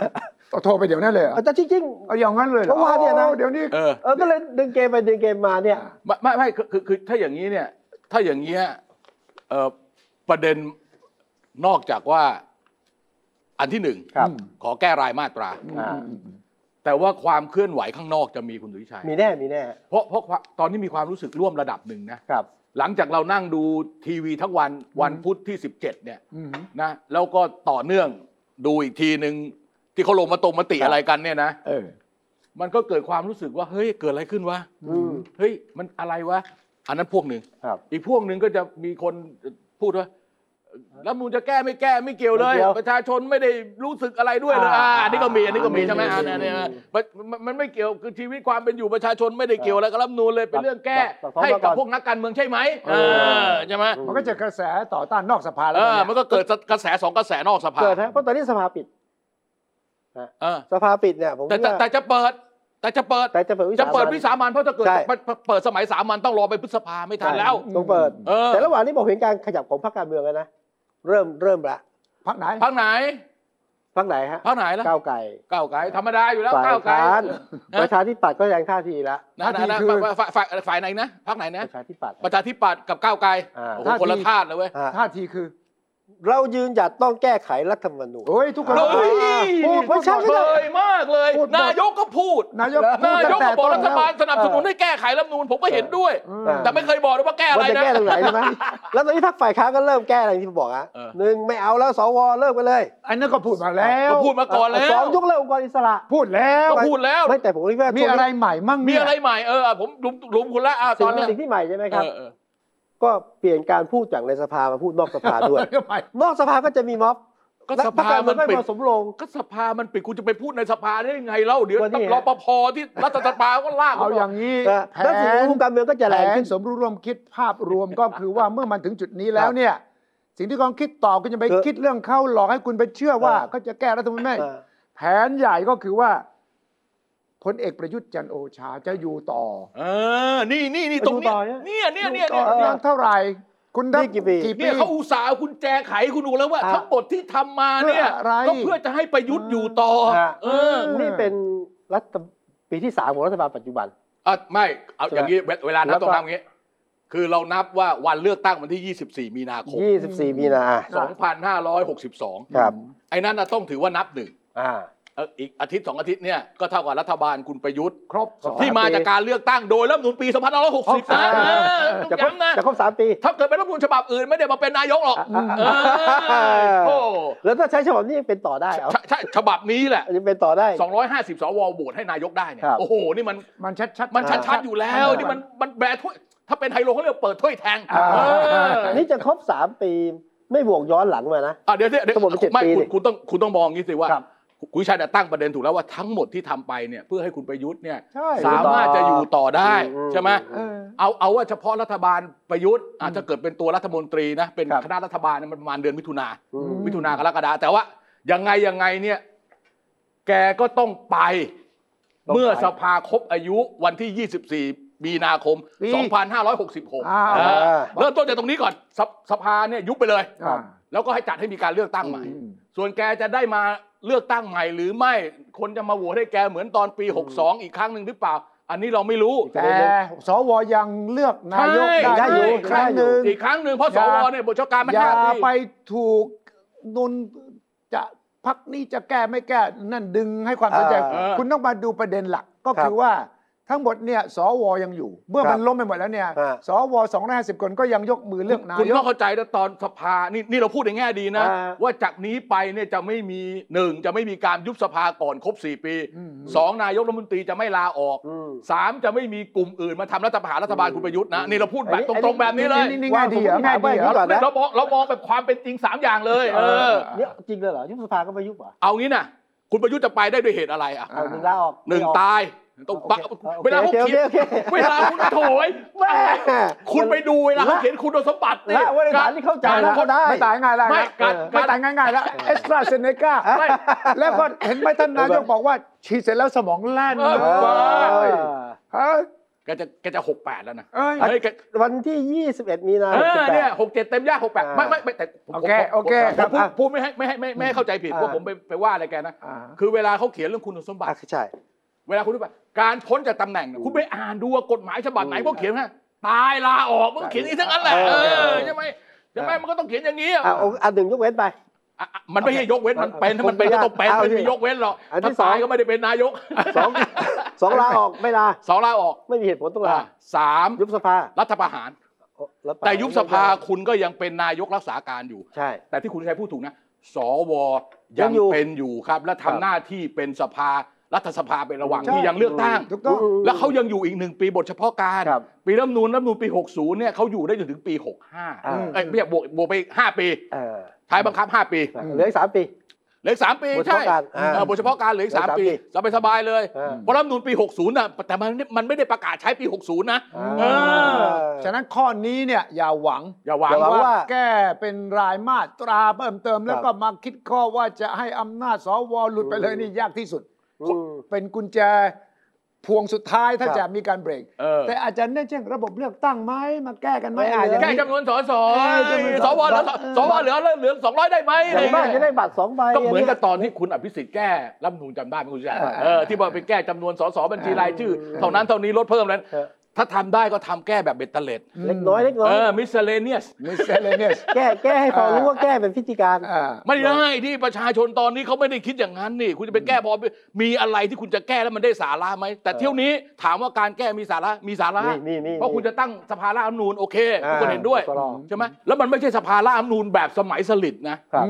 Speaker 3: เอาโทรไปเดี๋ยวนั้นเลยเหรอ
Speaker 1: อา *laughs* จารย์จริง
Speaker 3: เอาอย่างนั้นเลยหรอ
Speaker 1: เมื่อวานเนี่ยนะ
Speaker 3: โอ้เดี๋ยวนี้
Speaker 2: เออ
Speaker 1: ๆเออก็เลยดึงเกมไปดึงเกมมาเนี่ย
Speaker 2: ไม่ไม่ไม่คือคือคือถ้าอย่างนี้เนี่ย ถ้าอย่างนี้ยเอ่อประเด็นนอกจากว่าอันที่หนึ่ง
Speaker 1: ครับ
Speaker 2: ขอแก้รายมาตรา
Speaker 1: อ่า
Speaker 2: แต่ว่าความเคลื่อนไหวข้างนอกจะมีคุณสุวิชัย
Speaker 1: มีแน่ มีแน่
Speaker 2: เพราะเพราะตอนนี้มีความรู้สึกร่วมระดับหนึ่งนะ
Speaker 1: ครับ
Speaker 2: หลังจากเรานั่งดูทีวีทั้งวันวันพุธที่ 17 เนี่ยนะแล้วก็ต่อเนื่องดูอีกทีหนึ่งที่เขาลงมาตรงมติ
Speaker 1: ครับ
Speaker 2: อะไรกันเนี่ยนะ
Speaker 3: เออ
Speaker 2: มันก็เกิดความรู้สึกว่าเฮ้ยเกิดอะไรขึ้นวะ
Speaker 1: อืม
Speaker 2: เฮ้ยมันอะไรวะ อันนั้นพวกหนึ่ง
Speaker 1: ครับ
Speaker 2: อีกพวกหนึ่งก็จะมีคน พูดว่ารัฐธรรมนูลจะแก้ไม่แก้ไม่เกี่ยวเลย
Speaker 1: ไม่เกี่ยว
Speaker 2: ประชาชนไม่ได้รู้สึกอะไรด้วยเลย
Speaker 1: อ่า
Speaker 2: อ่าอันนี้ก็มีอันนี้ก็มี
Speaker 1: มี
Speaker 2: ใช่ไหม
Speaker 1: มี
Speaker 2: อ่าเนี่ยเนี่ย
Speaker 1: มี
Speaker 2: มันมันมันไม่เกี่ยวคือชีวิตความเป็นอยู่ประชาชนไม่ได้เกี่ยวอะไรกับรัฐธรรมนูลเลยเป็นเรื่องแก้
Speaker 1: ตัดพ้อง
Speaker 2: ให้กับ
Speaker 1: ก่อน
Speaker 2: พวกนักการเมืองใช่ไหม
Speaker 1: เอ
Speaker 2: เอ
Speaker 1: อ
Speaker 2: อใช่ไหม
Speaker 3: มันก็จะกระแสต่อต้านนอกสภาแล้
Speaker 2: เอ
Speaker 3: ว
Speaker 2: อ
Speaker 3: เนี่ย
Speaker 2: มันก็เกิดกระแสสองกระแสนอกสภา
Speaker 1: เกิดฮะเพราะตอนนี้สภาปิด
Speaker 2: เออ
Speaker 1: สภาปิดเนี่ยผม
Speaker 2: แต่
Speaker 1: คิด
Speaker 2: แต่
Speaker 1: ว่า
Speaker 2: แต่จะเปิด แต่จะเปิด
Speaker 1: แต่จะเปิดวิสา
Speaker 2: จะ
Speaker 1: มัญ
Speaker 2: เปิดวิสามันเพราะถ้าเกิด
Speaker 1: ใช่
Speaker 2: เปิดสมัยสามันต้องรอไปพฤษภาไม่ทันแล้ว
Speaker 1: ต้องเปิด
Speaker 2: เออ
Speaker 1: แต่ระหว่างนี้บอกเห็นการขยับของพรรคการเมืองแล้วนะ เริ่มเริ่มละ
Speaker 3: พักไหน
Speaker 2: พักไหน
Speaker 1: พรรคไหนฮะ
Speaker 2: พักไหนล่ะ
Speaker 1: ก้าวไกล
Speaker 2: ก้าวไกลธรรมดาอยู่แล้ว
Speaker 1: ฝ่าย
Speaker 2: ก้าวไกล
Speaker 1: ค้าน
Speaker 2: นะ
Speaker 1: ประชาธิปัตย์ก็แสดงท่าทีละ
Speaker 2: นะนะนะ
Speaker 3: ท่าทีคือ
Speaker 2: ฝ่ายฝ่ายฝ่ายฝ่ายไหนนะพักไหน
Speaker 1: ป
Speaker 2: นะ
Speaker 1: ระชาธิปัตย์
Speaker 2: ประชาธิปัตย์กับก้าวไกล
Speaker 1: อ่า
Speaker 2: โอ้โห
Speaker 3: ท่าที
Speaker 2: คนละธาตุเลยเว้ย
Speaker 1: อ่ะ
Speaker 3: ท่าทีคือ
Speaker 1: เรายืนหยัดต้องแก้ไขรัฐธรรมนูญ
Speaker 3: โอ้ยทุกคน
Speaker 2: โอ้ย
Speaker 3: พูด
Speaker 1: ไม่ใช่
Speaker 3: พูดหมด
Speaker 1: ไม่ใช่
Speaker 2: เบยมากเลย
Speaker 3: พูดหมด
Speaker 2: นายกก็พูด
Speaker 3: นายก
Speaker 2: นายกก็บอกรัฐบาลสนับสนุน
Speaker 1: เออ
Speaker 2: ให้แก้ไขรัฐธรรมนูญผมก็เห็นด้วย
Speaker 3: อืม
Speaker 2: แต่ไม่เคยบอกเลยว่าแก้อะ
Speaker 1: ว่า
Speaker 2: ไร
Speaker 1: จะ
Speaker 2: นะ
Speaker 1: แก้ตรงไหนใช่
Speaker 2: *laughs*
Speaker 1: ไหม แล้วตอนนี้พรรคฝ่ายค้านก็เริ่มแก้อะไรที่ผมบอกอ่ะ
Speaker 2: เออ
Speaker 1: หนึ่งไม่เอาแล้วสวเลิกไปเลย
Speaker 3: อันนั้นก็พูดมาแล้ว
Speaker 2: ก็พูดมาก่อนแล้
Speaker 1: สอ
Speaker 2: ว
Speaker 1: งยกเลิกองค์กรอิสระ
Speaker 3: พูดแล้ว
Speaker 2: ก็พูดแล้ว
Speaker 1: ไม่แต่ผมคิดว่า
Speaker 3: มีอะไรใหม่มั่ง
Speaker 2: มี
Speaker 3: เนี่ย
Speaker 2: อะไรใหม่เออผมหลุมหลุมคุณละอ่ะ
Speaker 1: ตอ
Speaker 2: ตอน น
Speaker 1: นี้
Speaker 2: เนี้ย
Speaker 1: สิ่งที่ใหม่ใช่ไหมครับ
Speaker 2: เออเออ
Speaker 1: ก็เปลี่ยนการพูดจากในสภามาพูดนอกสภา
Speaker 3: *laughs*
Speaker 1: ด้วย
Speaker 3: ก็ใหม่
Speaker 1: นอกสภาก็จะมีม็อบ
Speaker 2: ก็
Speaker 1: และ
Speaker 2: ส
Speaker 1: พรรค
Speaker 2: ภาก
Speaker 1: รเมื
Speaker 2: มั
Speaker 1: อน งไม่
Speaker 2: ปิด
Speaker 1: เหมาะสมลง
Speaker 2: ก็สภามันปิดคุณจะไปพูดในสภาได้ยังไงเล่าเดี๋ยว
Speaker 1: วันนี้ฮะ
Speaker 2: รปภที่รัฐสภาก็ลาก
Speaker 3: เอาอย่างนี้
Speaker 1: นะ
Speaker 3: แผ
Speaker 1: แล้วสิ่ง
Speaker 3: น
Speaker 1: ของการเมืองก็จะ
Speaker 3: แผ
Speaker 1: แรง
Speaker 3: น
Speaker 1: ขึ้น
Speaker 3: สมรู้ร่วมคิดภาพรวมก็คือว่าเมื่อมันถึงจุดนี้แล้วเนี่ย สิ่งที่กองคิดต่อก็จะไป
Speaker 1: เออ
Speaker 3: คิดเรื่องเข้าหลอกให้คุณไปเชื่อว่า
Speaker 1: เออ
Speaker 3: เขาจะแก้รัฐธรรมนูญไม่
Speaker 1: เออ
Speaker 3: แผนใหญ่ก็คือว่าพลเอกประยุทธ์จันทร์โอชาจะอยู่ต่อ
Speaker 2: เออนี่นี่นี่ตรงเนี้ย
Speaker 1: ดูต่อเนี่ย
Speaker 2: เนี่ยเนี่ยเนี่ย
Speaker 3: ต่
Speaker 2: เนี่
Speaker 3: อย เพียงเท่าไหร่ คุณได้
Speaker 1: นี่กี่ปี
Speaker 3: กี่ปี
Speaker 2: เนี่ยเขาอุตส่าห์เอากุญแจไขคุณดูแล้วว่า
Speaker 1: อ่ะ
Speaker 2: ทั้งหมดที่ทำมาเนี่ย
Speaker 3: เพื่ออะไร
Speaker 2: ก็เพื่อจะให้ประยุทธ์อยู่ต่อ
Speaker 1: ฮะ
Speaker 2: เออ
Speaker 1: นี่เป็นรัฐปีที่สามของรัฐบาลปัจจุบัน
Speaker 2: อ่ะไม่เอา
Speaker 1: ใช่ไหม
Speaker 2: อย่างนี้เวเวลานั
Speaker 1: แล้ว
Speaker 2: บ
Speaker 1: ก็
Speaker 2: ต้องทำอย่างนี้ คือเรานับว่าวันเลือกตั้งวันที่ 24 มีนาคม
Speaker 1: 24 มีนา
Speaker 3: สอง
Speaker 2: 2562
Speaker 1: ครับ
Speaker 2: ไอ้นั่นนะต้องถือว่านับหนึ่ง
Speaker 1: อ่า
Speaker 2: เอ่ออีกอาทิตย์สองอาทิตย์เนี่ยก็เท่ากับรัฐบาลคุณประยุทธ์
Speaker 3: ครบสอง
Speaker 2: ที่มาจากการเลือกตั้งโดยรัฐธรรมนูลปี2560นะ
Speaker 3: อ่ะ
Speaker 2: เออ
Speaker 1: จะครบ
Speaker 2: ย้ำนะ
Speaker 1: จะครบสามปี
Speaker 2: ถ้าเกิดเป็นรัฐธรรมนูลฉบับอื่นไม่ได้มาเป็นนายกหรอก
Speaker 1: อ่ะอ่ะ
Speaker 2: เออโอ้
Speaker 1: แล้วถ้าใช้ฉบับนี้ยังเป็นต่อได้เอา
Speaker 2: ใช่ใช่ฉบับนี้แหละ
Speaker 1: ยังเป็นต่อได้
Speaker 2: 250 สวโหวตให้นายกได้เนี่ย
Speaker 1: ครับ
Speaker 2: โอ้โห นี่มัน
Speaker 3: มันชัดชัด
Speaker 2: มันชัดๆอยู่แล้ว
Speaker 1: อ่านี่
Speaker 2: นี่มันมันแบร์ถ้วย ถ้าเป็นไฮโลเขาเรียกเปิดถ้วยแทง
Speaker 3: อ่า
Speaker 2: เออ
Speaker 1: นี่จะครบสามปีไม่บวกย้อนหลังมานะ
Speaker 2: อ่ะเดี๋ยวเดี๋ยวเดี๋ยว
Speaker 1: ทั้งหมดมันเจ็ด
Speaker 2: ไม่
Speaker 1: ปี
Speaker 2: คุ
Speaker 1: นี่
Speaker 2: ณคุณต้องคุณต้องมองอย่างนี้สิว่า
Speaker 1: ครับ
Speaker 2: คุณคุณวิชัยเนี่ยตั้งประเด็นถูกแล้วว่าทั้งหมดที่ทำไปเนี่ยเพื่อให้คุณประยุทธ์เนี่ย
Speaker 3: ใช่
Speaker 2: สามารถจะอยู่ต่อได้
Speaker 1: อืม
Speaker 2: ใช่ไหม
Speaker 3: เออ
Speaker 2: เอาเอาว่าเฉพาะรัฐบาลประยุทธ์อ่ะถ้าเกิดเป็นตัวรัฐมนตรีนะเป็น
Speaker 3: ครับ
Speaker 2: คณะรัฐบาลเนี่ยมันประมาณเดือนมิถุนา
Speaker 1: อืม
Speaker 3: ม
Speaker 2: มิถุนากรกฎาแต่ว่ายังไงยังไงเนี่ย แกก็ต้องไป
Speaker 1: ต้องไป
Speaker 2: เมื่อสภาครบอายุวันที่ 24 มีนาคม
Speaker 3: ปี
Speaker 2: 2566
Speaker 3: อ้าว
Speaker 2: เออเริ่มต้นจากตรงนี้ก่อนสภสภาเนี่ยยุบไปเลย
Speaker 3: อ่า
Speaker 2: แล้วก็ให้จัดให้มีการเลือกตั้งใหม่ ส่วนแกจะได้มาเลือกตั้งใหม่ หรือไม่คนจะมาโหวตให้แกเหมือนตอนปี 62 อีกครั้งหนึ่งหรือเปล่า อันนี้เราไม่รู้
Speaker 3: แต่สวยังเลือกนายก
Speaker 2: ใช่
Speaker 3: ได้อยู่ครั้งหนึ่ง
Speaker 2: อีกครั้งหนึ่งเพราะส
Speaker 3: อย่า
Speaker 2: วเนี่ยบทเฉพาะการมัน
Speaker 3: อย่า
Speaker 2: ห้ปี
Speaker 3: ไปถูกนุนจะพักนี้จะแก้ไม่แก้ นั่นดึงให้ความสนใจ
Speaker 1: เอ
Speaker 2: อ
Speaker 3: คุณต้องมาดูประเด็นหลักก็
Speaker 1: ครับ
Speaker 3: คือว่าทั้งหมดเนี่ยสวยังอยู่ เมื่อ
Speaker 1: ครับ
Speaker 3: มันล้มไปหมดแล้วเนี่ย
Speaker 1: ฮะ
Speaker 3: สวสองร้อยห้าสิบคนก็ยังยกมือเลือกนา
Speaker 2: คุณ
Speaker 3: ย
Speaker 2: ต้อก งเข้าใจนะตอนสภานี่นี่เราพูดในแง่ดีนะ
Speaker 1: อ่า
Speaker 2: ว่าจากนี้ไปเนี่ยจะไม่มีหนึ่งจะไม่มีการยุบสภาก่อนครบ 4 ปี
Speaker 3: อืม
Speaker 2: สองนายกรัฐมนตรีจะไม่ลาออก
Speaker 1: อืม
Speaker 2: สามจะไม่มีกลุ่มอื่นมาทำรัฐประหารรัฐบาลคุณประยุทธ์นะ นี่เราพูดแบบต
Speaker 1: อันนี้
Speaker 2: รงๆแบบนี้เลย
Speaker 3: นี่นี่ง่ายดีเหรอง่ายดีเหรอ
Speaker 1: ก่อนนะ
Speaker 2: เรามองเรามองแบบความเป็นจริง 3 อย่างเลย เอ
Speaker 3: เอ
Speaker 2: อ
Speaker 3: อ
Speaker 1: เนี่ยจริงเลยเหรอยุบสภาก็ไม่ยุบเหรอ
Speaker 2: เอางี้นะคุณประยุทธ์จะไปได้ด้วยเหตุอะไรอ่ะ
Speaker 3: อ่ะ
Speaker 1: เอาหนึ่งลาออก
Speaker 2: หนึ่ง
Speaker 1: ไม่ออก
Speaker 2: ตายต้องปะ
Speaker 1: โอเค
Speaker 2: เวลาเขา
Speaker 1: โอเค
Speaker 2: เขียน
Speaker 1: โอเคโอเค
Speaker 2: เวลาคุณโถยแม่คุณไปดูเวลาเขาเขียนคุณสมบัตินี่
Speaker 1: ละเว้ยในฐานที่เข้าใจ
Speaker 3: ไม่
Speaker 1: แล้วก็ได้
Speaker 3: ไม่ตายง่ายแล้ว
Speaker 2: ไม่การการ
Speaker 3: ไม่ตายง่ายๆแล้วเอสตราเซเนกาแล้วก็เห็นไหมท่านนายกบอกว่าฉีดเสร็จแล้วสมองแล่น
Speaker 2: เออ
Speaker 3: เลยเฮ้ย
Speaker 2: แกจะแกจะหกแปดแล้วนะ
Speaker 3: เอ้ย
Speaker 2: เฮ้ยแก
Speaker 1: วันที่ 21 มีนา
Speaker 2: เออเนี่ย
Speaker 1: 68
Speaker 2: หกเจ็ดเต็มย่างหกแปด
Speaker 1: อ่า
Speaker 2: ไม่ไม่ไม่แต่ผม
Speaker 3: โอเค
Speaker 2: ผมผม
Speaker 3: โอเค
Speaker 2: ผมผมพูด
Speaker 1: อ่ะ
Speaker 2: พูดไม่ให้ไม่ให้ไม่ไม่ให้เข้าใจผิด
Speaker 1: อ่า
Speaker 2: ว่าผมไปไปว่าอะไรแกนะ
Speaker 3: อ่า
Speaker 2: คือเวลาเขาเขียนเรื่องคุณสมบัติ
Speaker 1: อ่ะใช่
Speaker 2: เวลาคุณรู้ป่ะการพ้นจากตำแหน่งเนี่ยคุณไปอ่านดูว่ากฎหมายฉบับไหนเขาเขียนฮะตายลาออกมันก็เขียนอย่างนี้ทั้งนั้นแหละ
Speaker 1: เอ
Speaker 2: เอ
Speaker 1: อ
Speaker 2: อใช่ไหมใช่ไหมมันก็ต้องเขียนอย่างนี้อ่ะ
Speaker 1: อ่ะเอาอันหนึ่งยกเว้นไป
Speaker 2: อ่ะอ่ะมันไม่ใช่ยกเว้นมันเป็นถ้ามันเป็น
Speaker 1: ผมไม่
Speaker 2: ก็ต้องเป็น
Speaker 1: เอา
Speaker 2: ไม่
Speaker 1: สิ
Speaker 2: มียกเว้นหรอก
Speaker 1: อันที่
Speaker 2: ถ้าตาย
Speaker 1: สอง
Speaker 2: ก็ไม่ได้เป็นนายก
Speaker 1: สองสองลาออกไม่ลา
Speaker 2: สองลาออก
Speaker 1: ไม่มีเหตุผลต้องลา
Speaker 2: อ่ะสาม
Speaker 1: ยุบสภา
Speaker 2: รัฐประหาร
Speaker 1: ล้วไป
Speaker 2: แต่ยุบสภาคุณก็ยังเป็นนายกรักษาการอยู่
Speaker 1: ใช่
Speaker 2: แต่ที่คุณชัยพูดถูกนะ สว
Speaker 1: ยั
Speaker 2: ยัง ง
Speaker 1: อยู่
Speaker 2: เป็นอยู่ครับ และ
Speaker 1: ครั
Speaker 2: ทำ
Speaker 1: บ
Speaker 2: หน้าที่เป็นสภา รัฐสภาไประหว่าง
Speaker 3: ใช่
Speaker 2: ที่ยังเลือกตั้ง
Speaker 3: ถูกต้อง
Speaker 2: แล้วเขายังอยู่อีกหนึ่งปีบทเฉพาะการ
Speaker 1: ครับ
Speaker 2: ปีรัฐธรรมนูลรัฐธรรมนูลปี 60 เนี่ยเขาอยู่ได้จนถึงปี 65
Speaker 1: อ่า
Speaker 2: เอ้ยไม่ใช่บวกบวกไป 5 ปี
Speaker 1: เออ
Speaker 2: ท้ายบังคับ 5 ปี
Speaker 1: เหลืออีกสามปี
Speaker 2: เหลืออกสามปี
Speaker 1: บทเฉ
Speaker 2: ใช่
Speaker 1: พาะการอ่า
Speaker 2: เออบทเฉพาะการเหลืออีกสาม
Speaker 1: เหลือ
Speaker 2: ปี
Speaker 1: อีก
Speaker 2: สบายสบายๆเลย
Speaker 1: อ่า
Speaker 2: เพราะรัฐธรรมนูลปี 60น่ะแต่มันมันไม่ได้ประกาศใช้ปี 60 นะ เออ
Speaker 3: ฉะนั้นข้อนี้เนี่ยอย่าหวัง
Speaker 2: อย่าหวัง
Speaker 1: อย่าหวัง
Speaker 3: ว่า
Speaker 1: ว่า
Speaker 3: แก้เป็นรายมาตราเพิ่มเติมแล้ว
Speaker 1: ครับ
Speaker 3: ก็มาคิดข้อว่าจะให้อำนาจสวหลุดไปเลยนี่ยากที่สุด
Speaker 1: อืม
Speaker 3: เป็นกุญแจพวงสุดท้ายถ้า
Speaker 1: ครับ
Speaker 3: จะมีการเบรก
Speaker 2: เออ
Speaker 3: แต่อาจจะเน่นเช่นระบบเลือกตั้งไหมมาแก้กันไหม
Speaker 1: เอออ
Speaker 3: อาจจะ
Speaker 2: แก้จำนวนสส
Speaker 3: เออจำนวนส
Speaker 2: สวเหลือ
Speaker 3: เออ
Speaker 2: สวเหลือเหลือ200 ได้ไหม
Speaker 1: อ
Speaker 2: อะไร
Speaker 1: ย่าง
Speaker 2: เงี้
Speaker 1: มาย กจะได้บัตรสองใบ
Speaker 2: ก็เหมือนกับตอนที่คุณอภิสิทธิ์แก้รัฐธรรมนูญจำได้ไหมคุณชัย
Speaker 3: เออ
Speaker 2: เออที่บอกไปแก้จำนวนสสบัญชีรายชื่อ
Speaker 3: เออ
Speaker 2: เท่านั้นเท่านี้ลดเพิ่มแล้ว
Speaker 1: เออ
Speaker 2: ถ้าทำได้ก็ทำแก้แบบเบ็ดเตล็ด
Speaker 1: เล็กน้ *laughs* อยเล็กน้อย
Speaker 2: เออมิสเลเนียส
Speaker 3: มิสเซเลเนียส
Speaker 1: แก้แก้ให้พอ
Speaker 3: เออ
Speaker 1: รู้ว่าแก้เป็นพิธีการ
Speaker 3: อ่า
Speaker 2: ไม่ได้ที่ประชาชนตอนนี้เขาไม่ได้คิดอย่างนั้นนี่ คุณจะไปแก้พอมีอะไรที่คุณจะแก้แล้วมันได้สาระไหมแต่
Speaker 1: เออ
Speaker 2: เที่ยวนี้ถามว่าการแก้มีสาระมีสาระ
Speaker 1: มีมีมี
Speaker 2: เพราะคุณจะตั้งสภาร่างรัฐธรรมนูญโอเค
Speaker 1: อ่า
Speaker 2: ทุกคนเห็นด้วย
Speaker 1: สร
Speaker 2: ใช่ไหมแล้วมันไม่ใช่สภาร่างรัฐธรรมนูญแบบสมัยสลิดนะครับ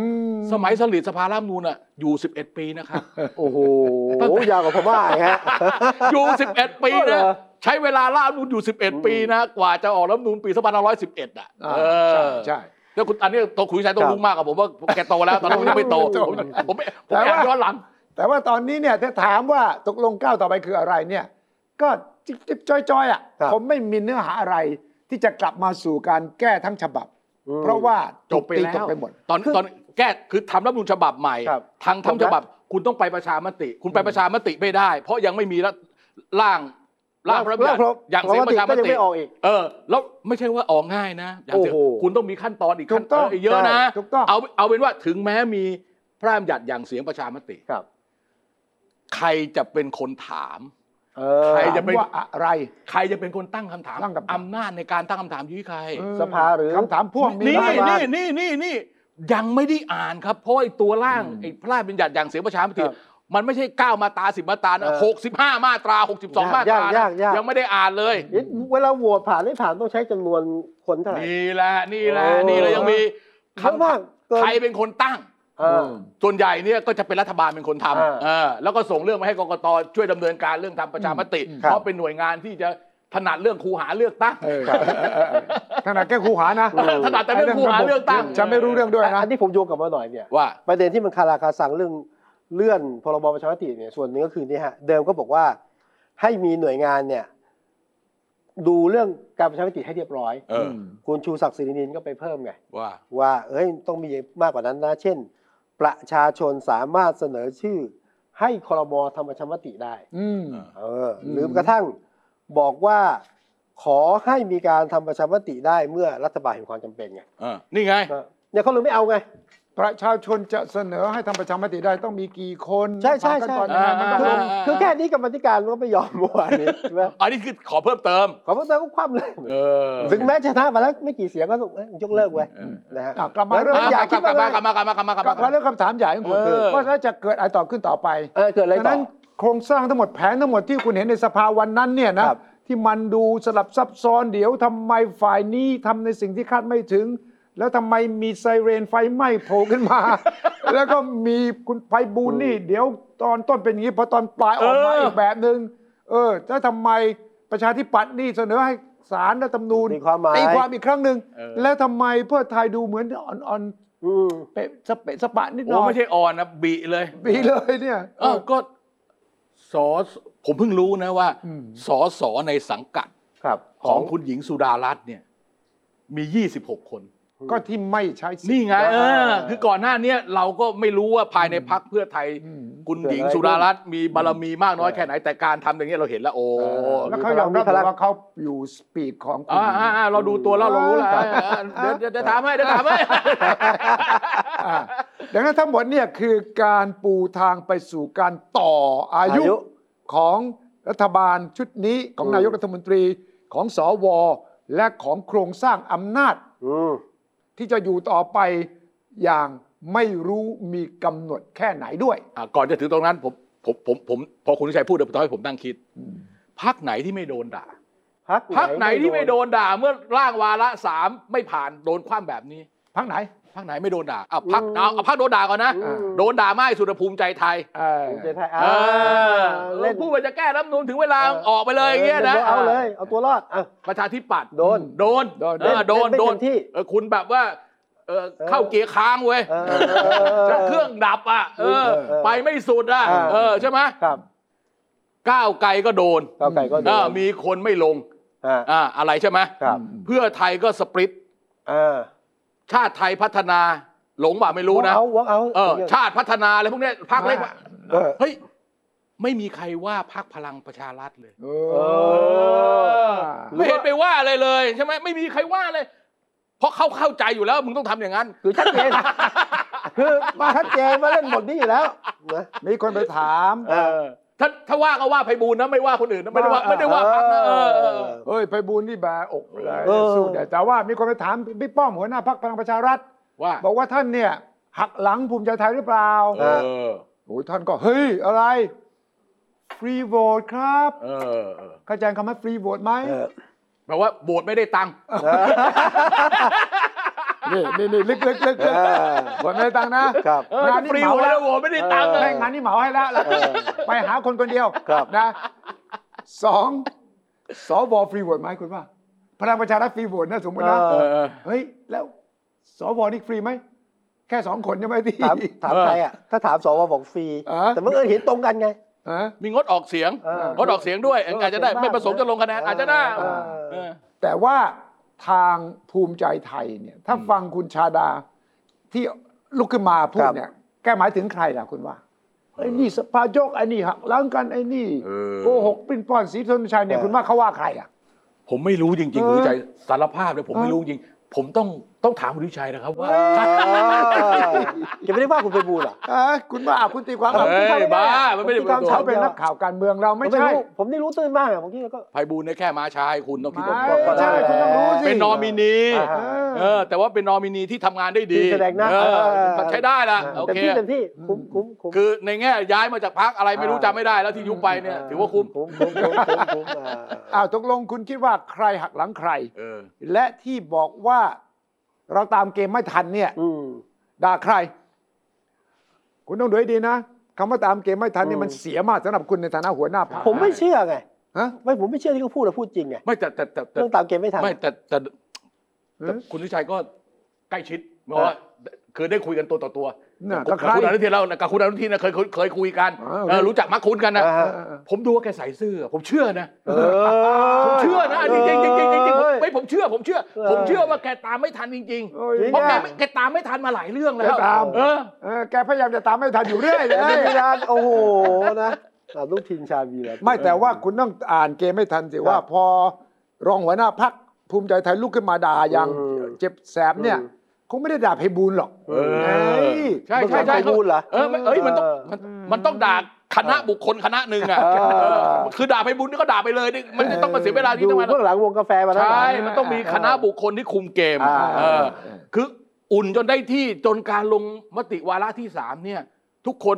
Speaker 2: สมัยสลิดสภาร่างรัฐธรรมนูญอ่ะอยู่ 11 ปีนะครับ
Speaker 1: โอ้โหยาวกว่าพม่าอีกฮะ
Speaker 2: *laughs* อยู่ 11 ปี
Speaker 1: เหร
Speaker 2: นะ
Speaker 1: อ
Speaker 2: ใช้เวลาล่ารัฐธรรมนูนอยู่ 11 ปีนะ กว่าจะออกรัฐธรรมนูนปี2511 อ่ะ
Speaker 3: อ่า
Speaker 2: เออ
Speaker 3: ใช่ใช่
Speaker 2: แล้วคุณอันนี้ตัวคุณชัยต้องรู้มากกว่าผมว่าแกโตแล้ว ตอนนั้นผมยังไม่โต ผมผมไม่ผมแอบย้อนหลัง
Speaker 3: แต่ว่าตอนนี้เนี่ยถ้าถามว่าตกลงก้าวต่อไปคืออะไรเนี่ย ก็จิบจิบจอยจอยๆอ่ะ
Speaker 1: ครับ
Speaker 3: ผมไม่มีเนื้อหาอะไรที่จะกลับมาสู่การแก้ทั้งฉบับ
Speaker 1: อืม
Speaker 3: เพราะว่า
Speaker 2: จบไป
Speaker 3: ตี
Speaker 2: แล้
Speaker 3: ตก
Speaker 2: ว
Speaker 3: ไปหมด
Speaker 2: ตอนตอนแก้คือทำรัฐธรรมนูญฉบับใหม่
Speaker 1: ครับ
Speaker 2: ทางทำฉบับคุณต้องไปประชามติ คุณไปประชามติไม่ได้ เพราะยังไม่มีรัฐร่างร่างพระราชบัญญัติ
Speaker 1: ร่างพระ
Speaker 2: อย่างเสียงประชาม
Speaker 1: ประชามติก็ยั
Speaker 2: ติ
Speaker 1: งไม่ออกอีก
Speaker 2: เออ แล้วไม่ใช่ว่าออกง่ายนะย่างเสียง
Speaker 1: โอ้โห
Speaker 2: คุณต้องมีขั้นตอนอีกขั้น
Speaker 3: ถูกต้อง
Speaker 2: เออเยอะนะ
Speaker 3: ใช่ถูกต้อง
Speaker 2: เอาเอาเป็นว่าถึงแม้มีพระราชบัญญัติอย่างเสียงประชามติ
Speaker 1: ครับ
Speaker 2: ใครจะเป็นคนถาม
Speaker 1: เออ
Speaker 2: ใครจะ
Speaker 3: ถามว่าอะไร
Speaker 2: ใครจะเป็นคนตั้งคำถาม
Speaker 3: ตั้งคำถาม
Speaker 2: อำนาจในการตั้งคำถามอยู่ที่ใคร
Speaker 1: สภาหรือ
Speaker 3: คำถามพ่วง
Speaker 2: นี่
Speaker 3: รัฐบาล
Speaker 2: นี่นี่นี่นี่ยังไม่ได้อ่านครับ เพราะไอ้ตัวร่างไอ้พระราชบัญญัติอย่างเสียงประชามติ
Speaker 1: ครับ
Speaker 2: มันไม่ใช่ 9 มาตรา10 มาตรา
Speaker 1: เออ
Speaker 2: หกสิบห้ามาตรา 62 มาตราย
Speaker 1: ากยากยาก
Speaker 2: ยังไม่ได้อ่านเลย
Speaker 1: เอ๊ะเวลาโหวตผ่านไม่ผ่านต้องใช้จำนวนคนเท่าไหร่
Speaker 2: นี่แหละนี่แหละ
Speaker 1: โอ้
Speaker 2: นี่แหละยังมี
Speaker 1: เยอะมากเกิน
Speaker 2: ใครเป็นคนตั้ง
Speaker 1: เออ
Speaker 2: ส่วนใหญ่เนี่ยก็จะเป็นรัฐบาลเป็นคนท
Speaker 1: เออ
Speaker 2: ำเออแล้วก็ส่งเรื่องมาให้กกตช่วยดำเนินการเรื่องทำประชามติ
Speaker 1: ครับ
Speaker 2: เพราะเป็นหน่วยงานที่จะถนัดเรื่องคูหาเลือกตั้ง
Speaker 3: เออขนาดแค่ครูหานะ
Speaker 2: ถนัดแต่เรื่องครูหาเลือกตั้ง
Speaker 3: ฉันไม่รู้เรื่องด้วยนะ
Speaker 1: อันนี้ผมโยงกลับมาหน่อยเนี่ย
Speaker 2: ว่า
Speaker 1: ประเด็นที่มันคาราคาซังเรื่องเลื่อนพรบประชามติเนี่ยส่วนหนึ่งก็คือเนี่ยฮะเดิมก็บอกว่าให้มีหน่วยงานเนี่ย ดูเรื่องการประชามติให้เรียบร้อย
Speaker 2: เออ
Speaker 1: คุณชูศักดิ์สิรินินก็ไปเพิ่มไง
Speaker 2: ว่า
Speaker 1: ว่าเอ้ยต้องมีมากกว่านั้นนะ เช่น ประชาชนสามารถเสนอชื่อ ให้ครมทำประชามติได้
Speaker 3: อืม
Speaker 1: เอออ
Speaker 3: ม
Speaker 1: หรือกระทั่งบอกว่าขอให้มีการทำประชามติได้เมื่อรัฐบาลเห็นความจำเป็นไง
Speaker 2: เออนี่ไง
Speaker 1: เออเนี่ยเขาเลยไม่เอาไง
Speaker 3: ประชาชนจะเสนอให้ทำประชามติได้ต้องมีกี่คน
Speaker 1: ใช่ใช่
Speaker 3: ผ่านขั้น
Speaker 1: ใช่
Speaker 3: ตอนยังไงมันก็
Speaker 1: คือ
Speaker 3: ล
Speaker 2: อ่า
Speaker 3: ง
Speaker 1: คือแค่นี้กรรมธิการก็ไม่ยอมเมื่อวานนี้ใช่ไหม
Speaker 2: อันนี้คือขอเพิ่มเติม
Speaker 1: ขอพวกเราก็คว่ำเลย
Speaker 2: เออ
Speaker 1: ถึงแม้ชนะมาแล้วไม่กี่เสียงก็ต้องเอ้ยยกเลิกไว้
Speaker 2: เออ
Speaker 1: นะฮะ
Speaker 3: อ่ะกลับมา
Speaker 1: แล้ว
Speaker 3: เอ
Speaker 1: เรื่อง
Speaker 3: ง
Speaker 1: อย่าคิดว่าเล
Speaker 2: มาย กลับมากลับมากลับมากลับ
Speaker 3: ก
Speaker 2: มา
Speaker 3: ลับมาเรื่องคำถามใหญ่ของคุณ
Speaker 1: เออ
Speaker 3: ว่าแล้วจะเกิดอะไรต่อขึ้นต่อไป
Speaker 1: เออเกิดอะไร
Speaker 3: ดัง
Speaker 1: ต่อ
Speaker 3: นั้นโครงสร้างทั้งหมดแผนทั้งหมดที่คุณเห็นในสภาวันนั้นเนี่ยนะครับ ที่มันดูสลับซับซ้อนเดี๋ยวทำไมฝ่ายนี้ทำในสิ่งที่คาดไม่ถึง แล้วทำไมมีไซเรนไฟไหม้โผล่ขึ้นมา *laughs* แล้วก็มีคุณไพบูลย์นี่ เดี๋ยวตอนต้นเป็นอย่างนี้พอตอนปลายออกมาอีกแบบหนึ่งเออแล้วทำไมประชาธิปัตย์นี่เสนอให้ศาลรัฐธรรมนูญ
Speaker 1: ตีความหมาย
Speaker 3: ตีความอีกครั้งหนึ่งแล้วทำไมเพื่อไทยดูเหมือนอ่อนๆ
Speaker 1: อืม
Speaker 3: เปะสเปะสปะนิดห
Speaker 2: โอ้
Speaker 3: น่อย
Speaker 2: ไม่ใช่อ่อนนะบีเลย
Speaker 3: ปีเลยเนี่ย
Speaker 2: เออก็สอผมเพิ่งรู้นะว่าสอสอในสังกัด
Speaker 1: ครับ
Speaker 2: ของคุณหญิงสุดารัตน์เนี่ย มี 26 คน
Speaker 3: ก็ที่ไม่ใช้สิทธิ์
Speaker 2: นี่ไงเอ
Speaker 1: อ่
Speaker 2: อา คือก่อนหน้าเนี้ยเราก็ไม่รู้ว่าภายในพักเพื่อไทย คุณหญิงสุดารัตน์มีบารมีมากน้อยแค่ไหนแต่การทำอย่างเงี้ยเราเห็นแล้วโอ้
Speaker 1: เออ
Speaker 3: แล้วเขายอมรับ
Speaker 1: มีพลัง
Speaker 3: ว่าเขาอยู่สปีดของคุณ
Speaker 2: อ่าอ่าอ่าเราดูตัวแล้วเรารู้แล้วอ่าเดี๋ยวเดี๋ยวเดี๋ยวถามให้เดี๋ยวถามให้
Speaker 3: อ่าดังนั้นทั้งหมดเนี่ยคือการปูทางไปสู่การต่ออายุ
Speaker 1: อายุ
Speaker 3: ของรัฐบาลชุดนี้ของ
Speaker 1: อืม
Speaker 3: นายกรัฐมนตรีของสวและของโครงสร้างอำนาจ
Speaker 1: อืม
Speaker 3: ที่จะอยู่ต่อไปอย่างไม่รู้มีกำหนดแค่ไหนด้วย
Speaker 2: อ่ะก่อนจะถึงตรงนั้นผมผมผมผมพอคุณชัยพูดเดี๋ยวผมทำให้ผมตั้งคิดพักไหนที่ไม่โดนด่า
Speaker 1: พัก
Speaker 2: พักไหนที่ไม่โดนด่าเมื่อร่างวาระสามไม่ผ่านโดนคว่ำแบบนี้
Speaker 3: พักไหน
Speaker 2: พักไหนไม่โดนด่าอ่ะพักเอาเอาพักโดนด่าก่อนนะ โดนด่ามากที่สุดอะภูมิใจไทย
Speaker 3: เออ
Speaker 1: ภูมิใจไทย
Speaker 2: เอ
Speaker 1: อ่า
Speaker 2: อ
Speaker 1: เล่น
Speaker 2: ผู้ว่าจะแก้รัฐธรรมนูนถึงเวลาออกไปเลยอย่างเงี้ยนะ
Speaker 1: เอาเลยเอาตัวรอดอ่ะ
Speaker 2: ประชาธิปัตย์
Speaker 1: โดน
Speaker 2: โดน
Speaker 3: โดน
Speaker 2: เออโดน
Speaker 1: เล่น
Speaker 2: โดน
Speaker 1: เต็มที่
Speaker 2: เออคุณแบบว่าเออ
Speaker 1: เออ
Speaker 2: เข้าเกียร์ค้างเว้ย
Speaker 1: เออเออเออ
Speaker 2: จะเครื่องดับอ่ะเออ
Speaker 1: เออ
Speaker 2: ไปไม่สุดอ่ะ
Speaker 1: เออ
Speaker 2: เออใช่ไหม
Speaker 1: ครับ
Speaker 2: ก้าวไกลก็โดน
Speaker 1: ก้าวไก่ก็โดน
Speaker 2: เออมีคนไม่ลง
Speaker 1: อ่า
Speaker 2: อ่าอะไรใช่ไหม
Speaker 1: ครับ
Speaker 2: เพื่อไทยก็สปริต
Speaker 1: อ่า
Speaker 2: ชาติไทยพัฒนาหลงว่าไม่รู้นะ
Speaker 1: เอาวเอา
Speaker 2: เออชาติพัฒนาอะไรพวกเนี้ยพรรคเล็กอะ
Speaker 1: เออ
Speaker 2: เฮ้ยไม่มีใครว่าพรรคพลังประชารัฐเลย
Speaker 3: เอ
Speaker 1: อ
Speaker 2: ไม่เห็นไปว่าอะไรเลยใช่ไหมไม่มีใครว่าเลย เพราะเขาเข้าใจอยู่แล้วมึงต้องทำอย่างนั้น
Speaker 1: คือชัดเจน คือมาชัดเจนมาเล่นบทนี้อยู่แล้วนะ
Speaker 3: มีคนไปถาม
Speaker 1: เออ
Speaker 2: ถ้าถ้าว่าก็ว่าไพบูลย์นะไม่ว่าคนอื่นนะไม่ได้ว่าไม่ได้ว่าพักนะเออเออเออ
Speaker 3: เฮ้ยไปบูลย์นี่แบกเลย
Speaker 1: เออ
Speaker 3: สู้เด็ดแต่ว่ามีคนไปถามพี่ป้อมหัวหน้าพักพลังประชารัฐ
Speaker 2: ว่า
Speaker 3: บอกว่าท่านเนี่ย หักหลังภูมิใจไทยหรือเปล่า
Speaker 2: เออ
Speaker 3: โอ้ยท่านก็เฮ้ยอะไร ฟรีโหวตครับ
Speaker 2: เออเออ
Speaker 3: เข้าใจคำว่าฟรีโหวตไหม
Speaker 1: เออ
Speaker 2: แปลว่าโบสไม่ได้ตังค์
Speaker 3: นี่นี่นี่ลึกลึกลึกลึก
Speaker 1: เออ
Speaker 3: โหวตไม่ได้ตังค์นะครับ
Speaker 2: เออจะฟรีโหวตแล้วโบสไม่ได้ตังค์เล
Speaker 3: ไม่
Speaker 2: ย
Speaker 3: งานนี่เหมาให้แล้วล่ะ
Speaker 1: เออ
Speaker 3: ไปหาคนคนเดียว
Speaker 1: ครับ
Speaker 3: นะสองสวฟรีโหวตไหมคุณว่า พลังประชารัฐฟรีโหวตนะสมมตินะ
Speaker 2: เออเออ
Speaker 3: เฮ้ย แล้วสวนี่ฟรีไหม แค่สองคนใช่ไหมที่
Speaker 1: ถามถาม
Speaker 2: เออ
Speaker 1: ใครอ่ะ ถ้าถามสวบอกฟรี
Speaker 3: เออ
Speaker 1: แต่เมื่อเอิญเห็นตรงกันไง
Speaker 3: ฮะ
Speaker 2: มีงดออกเสียง
Speaker 1: เออ
Speaker 2: งดออกเสียงด้วยอาจจะได้ไม่ประสงค์จะลงคะแนนอาจจะได้
Speaker 1: เออ
Speaker 2: เออ
Speaker 3: แต่ว่าทางภูมิใจไทยเนี่ย ถ้าฟังคุณชาดาที่ลุกขึ้นมาพูด
Speaker 1: ครับ
Speaker 3: เนี่ย แกหมายถึงใครล่ะคุณว่า ไอ้นี่สภายกไอ้นี่หักล้างกันไอ้นี่
Speaker 2: เออ
Speaker 3: โกหกปิ้นป้อนสีทนชัยเนี่ยคุณว่าเขาว่าใครอ่ะ
Speaker 2: ผมไม่รู้จริงๆคุณวิชัย
Speaker 3: เออ
Speaker 2: สารภาพเลยผมไม่รู้จริง ผมต้องต้องถามคุณวิชัยนะครับว่า
Speaker 1: จะไม่ได้ว่าคุณไปบูลย์เหรอ
Speaker 3: เอ้ยคุณว่าอ่ะคุณตีความ
Speaker 2: เฮ้ย
Speaker 3: คุณทำ
Speaker 2: บ้ามั
Speaker 3: ไม่
Speaker 2: นไม่ได้
Speaker 3: ได้คุณทำเขาเป็นนักข่าวการเมืองเราไม่ใช่
Speaker 1: ผรู้ผมนี่รู้ตื้นมากอะผมคิดว่าก็
Speaker 2: ไพบูลย์เนี่ยแค่ม้าชายคุณต้องคิดตรง
Speaker 3: ไม่
Speaker 1: ใช่คุณต้องรู้สิ
Speaker 2: เป็นนอมินี
Speaker 1: อ่า
Speaker 3: เออ
Speaker 2: เออแต่ว่าเป็นนอมินีที่ทำงานได้ดี
Speaker 1: ที่แสดงหน้า
Speaker 2: เออ
Speaker 1: เออ
Speaker 2: ก็ใช้ได้ละโอ
Speaker 1: เต็ม
Speaker 2: เค
Speaker 1: ที่เต็มที่คุ้มคุ้มคุ้ม
Speaker 2: คือในแง่ย้ายมาจากพักอะไรไม่รู้จำไม่ได้แล้วที่ยุบไปเนี่ย ถือว่าคุ้ม
Speaker 1: คุ้มคุ้มคุ้มคุ้มคุ้มอ่า
Speaker 3: อ้าวตกลงคุณคิดว่าใครหักหลังใคร
Speaker 2: เออ
Speaker 3: และที่บอกว่าเราตามเกมไม่ทันเนี่ย
Speaker 1: อืม
Speaker 3: ด่าใคร คุณต้องดูให้ดีนะคำว่าตามเกมไม่ทันเนี่
Speaker 1: อื
Speaker 3: ย
Speaker 1: ม
Speaker 3: มันเสียมากสำหรับคุณในฐานะหัวหน้าพรรค
Speaker 1: ผมไม่เชื่อไง
Speaker 3: ฮะ
Speaker 1: ไม่ผมไม่เชื่อที่เขาพูดแล้วพูดจริงไง
Speaker 2: ไม่แต่แต่แต่แต่
Speaker 1: เรื่องตามเกมไม่ทัน
Speaker 2: ไม่แต่แต่แต่
Speaker 3: เอ
Speaker 2: แต่
Speaker 3: อ
Speaker 2: คุณวิชัยก็ใกล้ชิดเพราะว่าคือได้คุยกันตัวต่อตัว
Speaker 3: น่ะ
Speaker 2: กั
Speaker 3: ก็ใคร
Speaker 2: คุณอนุทินเรากับคุณอนุทินนะเคยเคยเคยคุยกัน
Speaker 3: อ้าว
Speaker 2: เออรู้จักมักคุ้นกันนะ
Speaker 1: อ่าฮะ
Speaker 3: เออ
Speaker 2: ผมดูว่าแกใส่เสื้อ ผมเชื่อนะ
Speaker 1: เออ
Speaker 2: ผมเชื่อนะจริงจริงจริงจริงจริง
Speaker 1: เออ
Speaker 2: ไม่ผมเชื่อ ผมเชื่อ
Speaker 1: เออ
Speaker 2: ผมเชื่อว่าแกตามไม่ทันจริง
Speaker 3: โอ้ย
Speaker 2: ๆเพราะแกไม่แกตามไม่ทันมาหลายเรื่องแล้ว
Speaker 3: แกตาม
Speaker 2: เออ
Speaker 3: เออแกพยายามจะตามไม่ทันอยู่เรื่อยเล
Speaker 1: แต่
Speaker 3: ย
Speaker 1: ไม่นานโอ้โหนะอ่ะลูกทีมชาบีแล้ว
Speaker 3: ไม่แต่ว่าคุณต้องอ่านเกมไม่ทันสิว่า พอรองหัวหน้าพักภูมิใจไทยลุกขึ้นมาด่าอย่าง
Speaker 1: เออ
Speaker 3: เจ็บแสบเนี่ย
Speaker 1: เออ
Speaker 3: คงไม่ได้ด่าไพบูลย์หรอก
Speaker 2: เออ
Speaker 3: เฮ้ย
Speaker 2: ใช่
Speaker 1: มัน
Speaker 2: ใช่
Speaker 1: หลัง
Speaker 2: ใช่
Speaker 1: ไปนู่นเหรอ
Speaker 2: เออมันเอ้ยมันต้อง
Speaker 1: เออ
Speaker 2: มันมันต้องด่าคณะบุคคลคณะหนึ่งอ่ะ
Speaker 1: เออ
Speaker 2: เออคือด่าไปบุญนี่ก็ด่าไปเลยนี่มันไม่ต้องมาเสียเวลา
Speaker 1: ดู
Speaker 2: ที่ทำไม
Speaker 1: เบื้องหลังวงกาแฟมาแล้ว
Speaker 2: ใช่มันต้องมีคณะบุคคลที่คุมเกม
Speaker 1: อ่า
Speaker 2: เออคืออุ่นจนได้ที่จนการลงมติวาระที่สามเนี่ย ทุกคน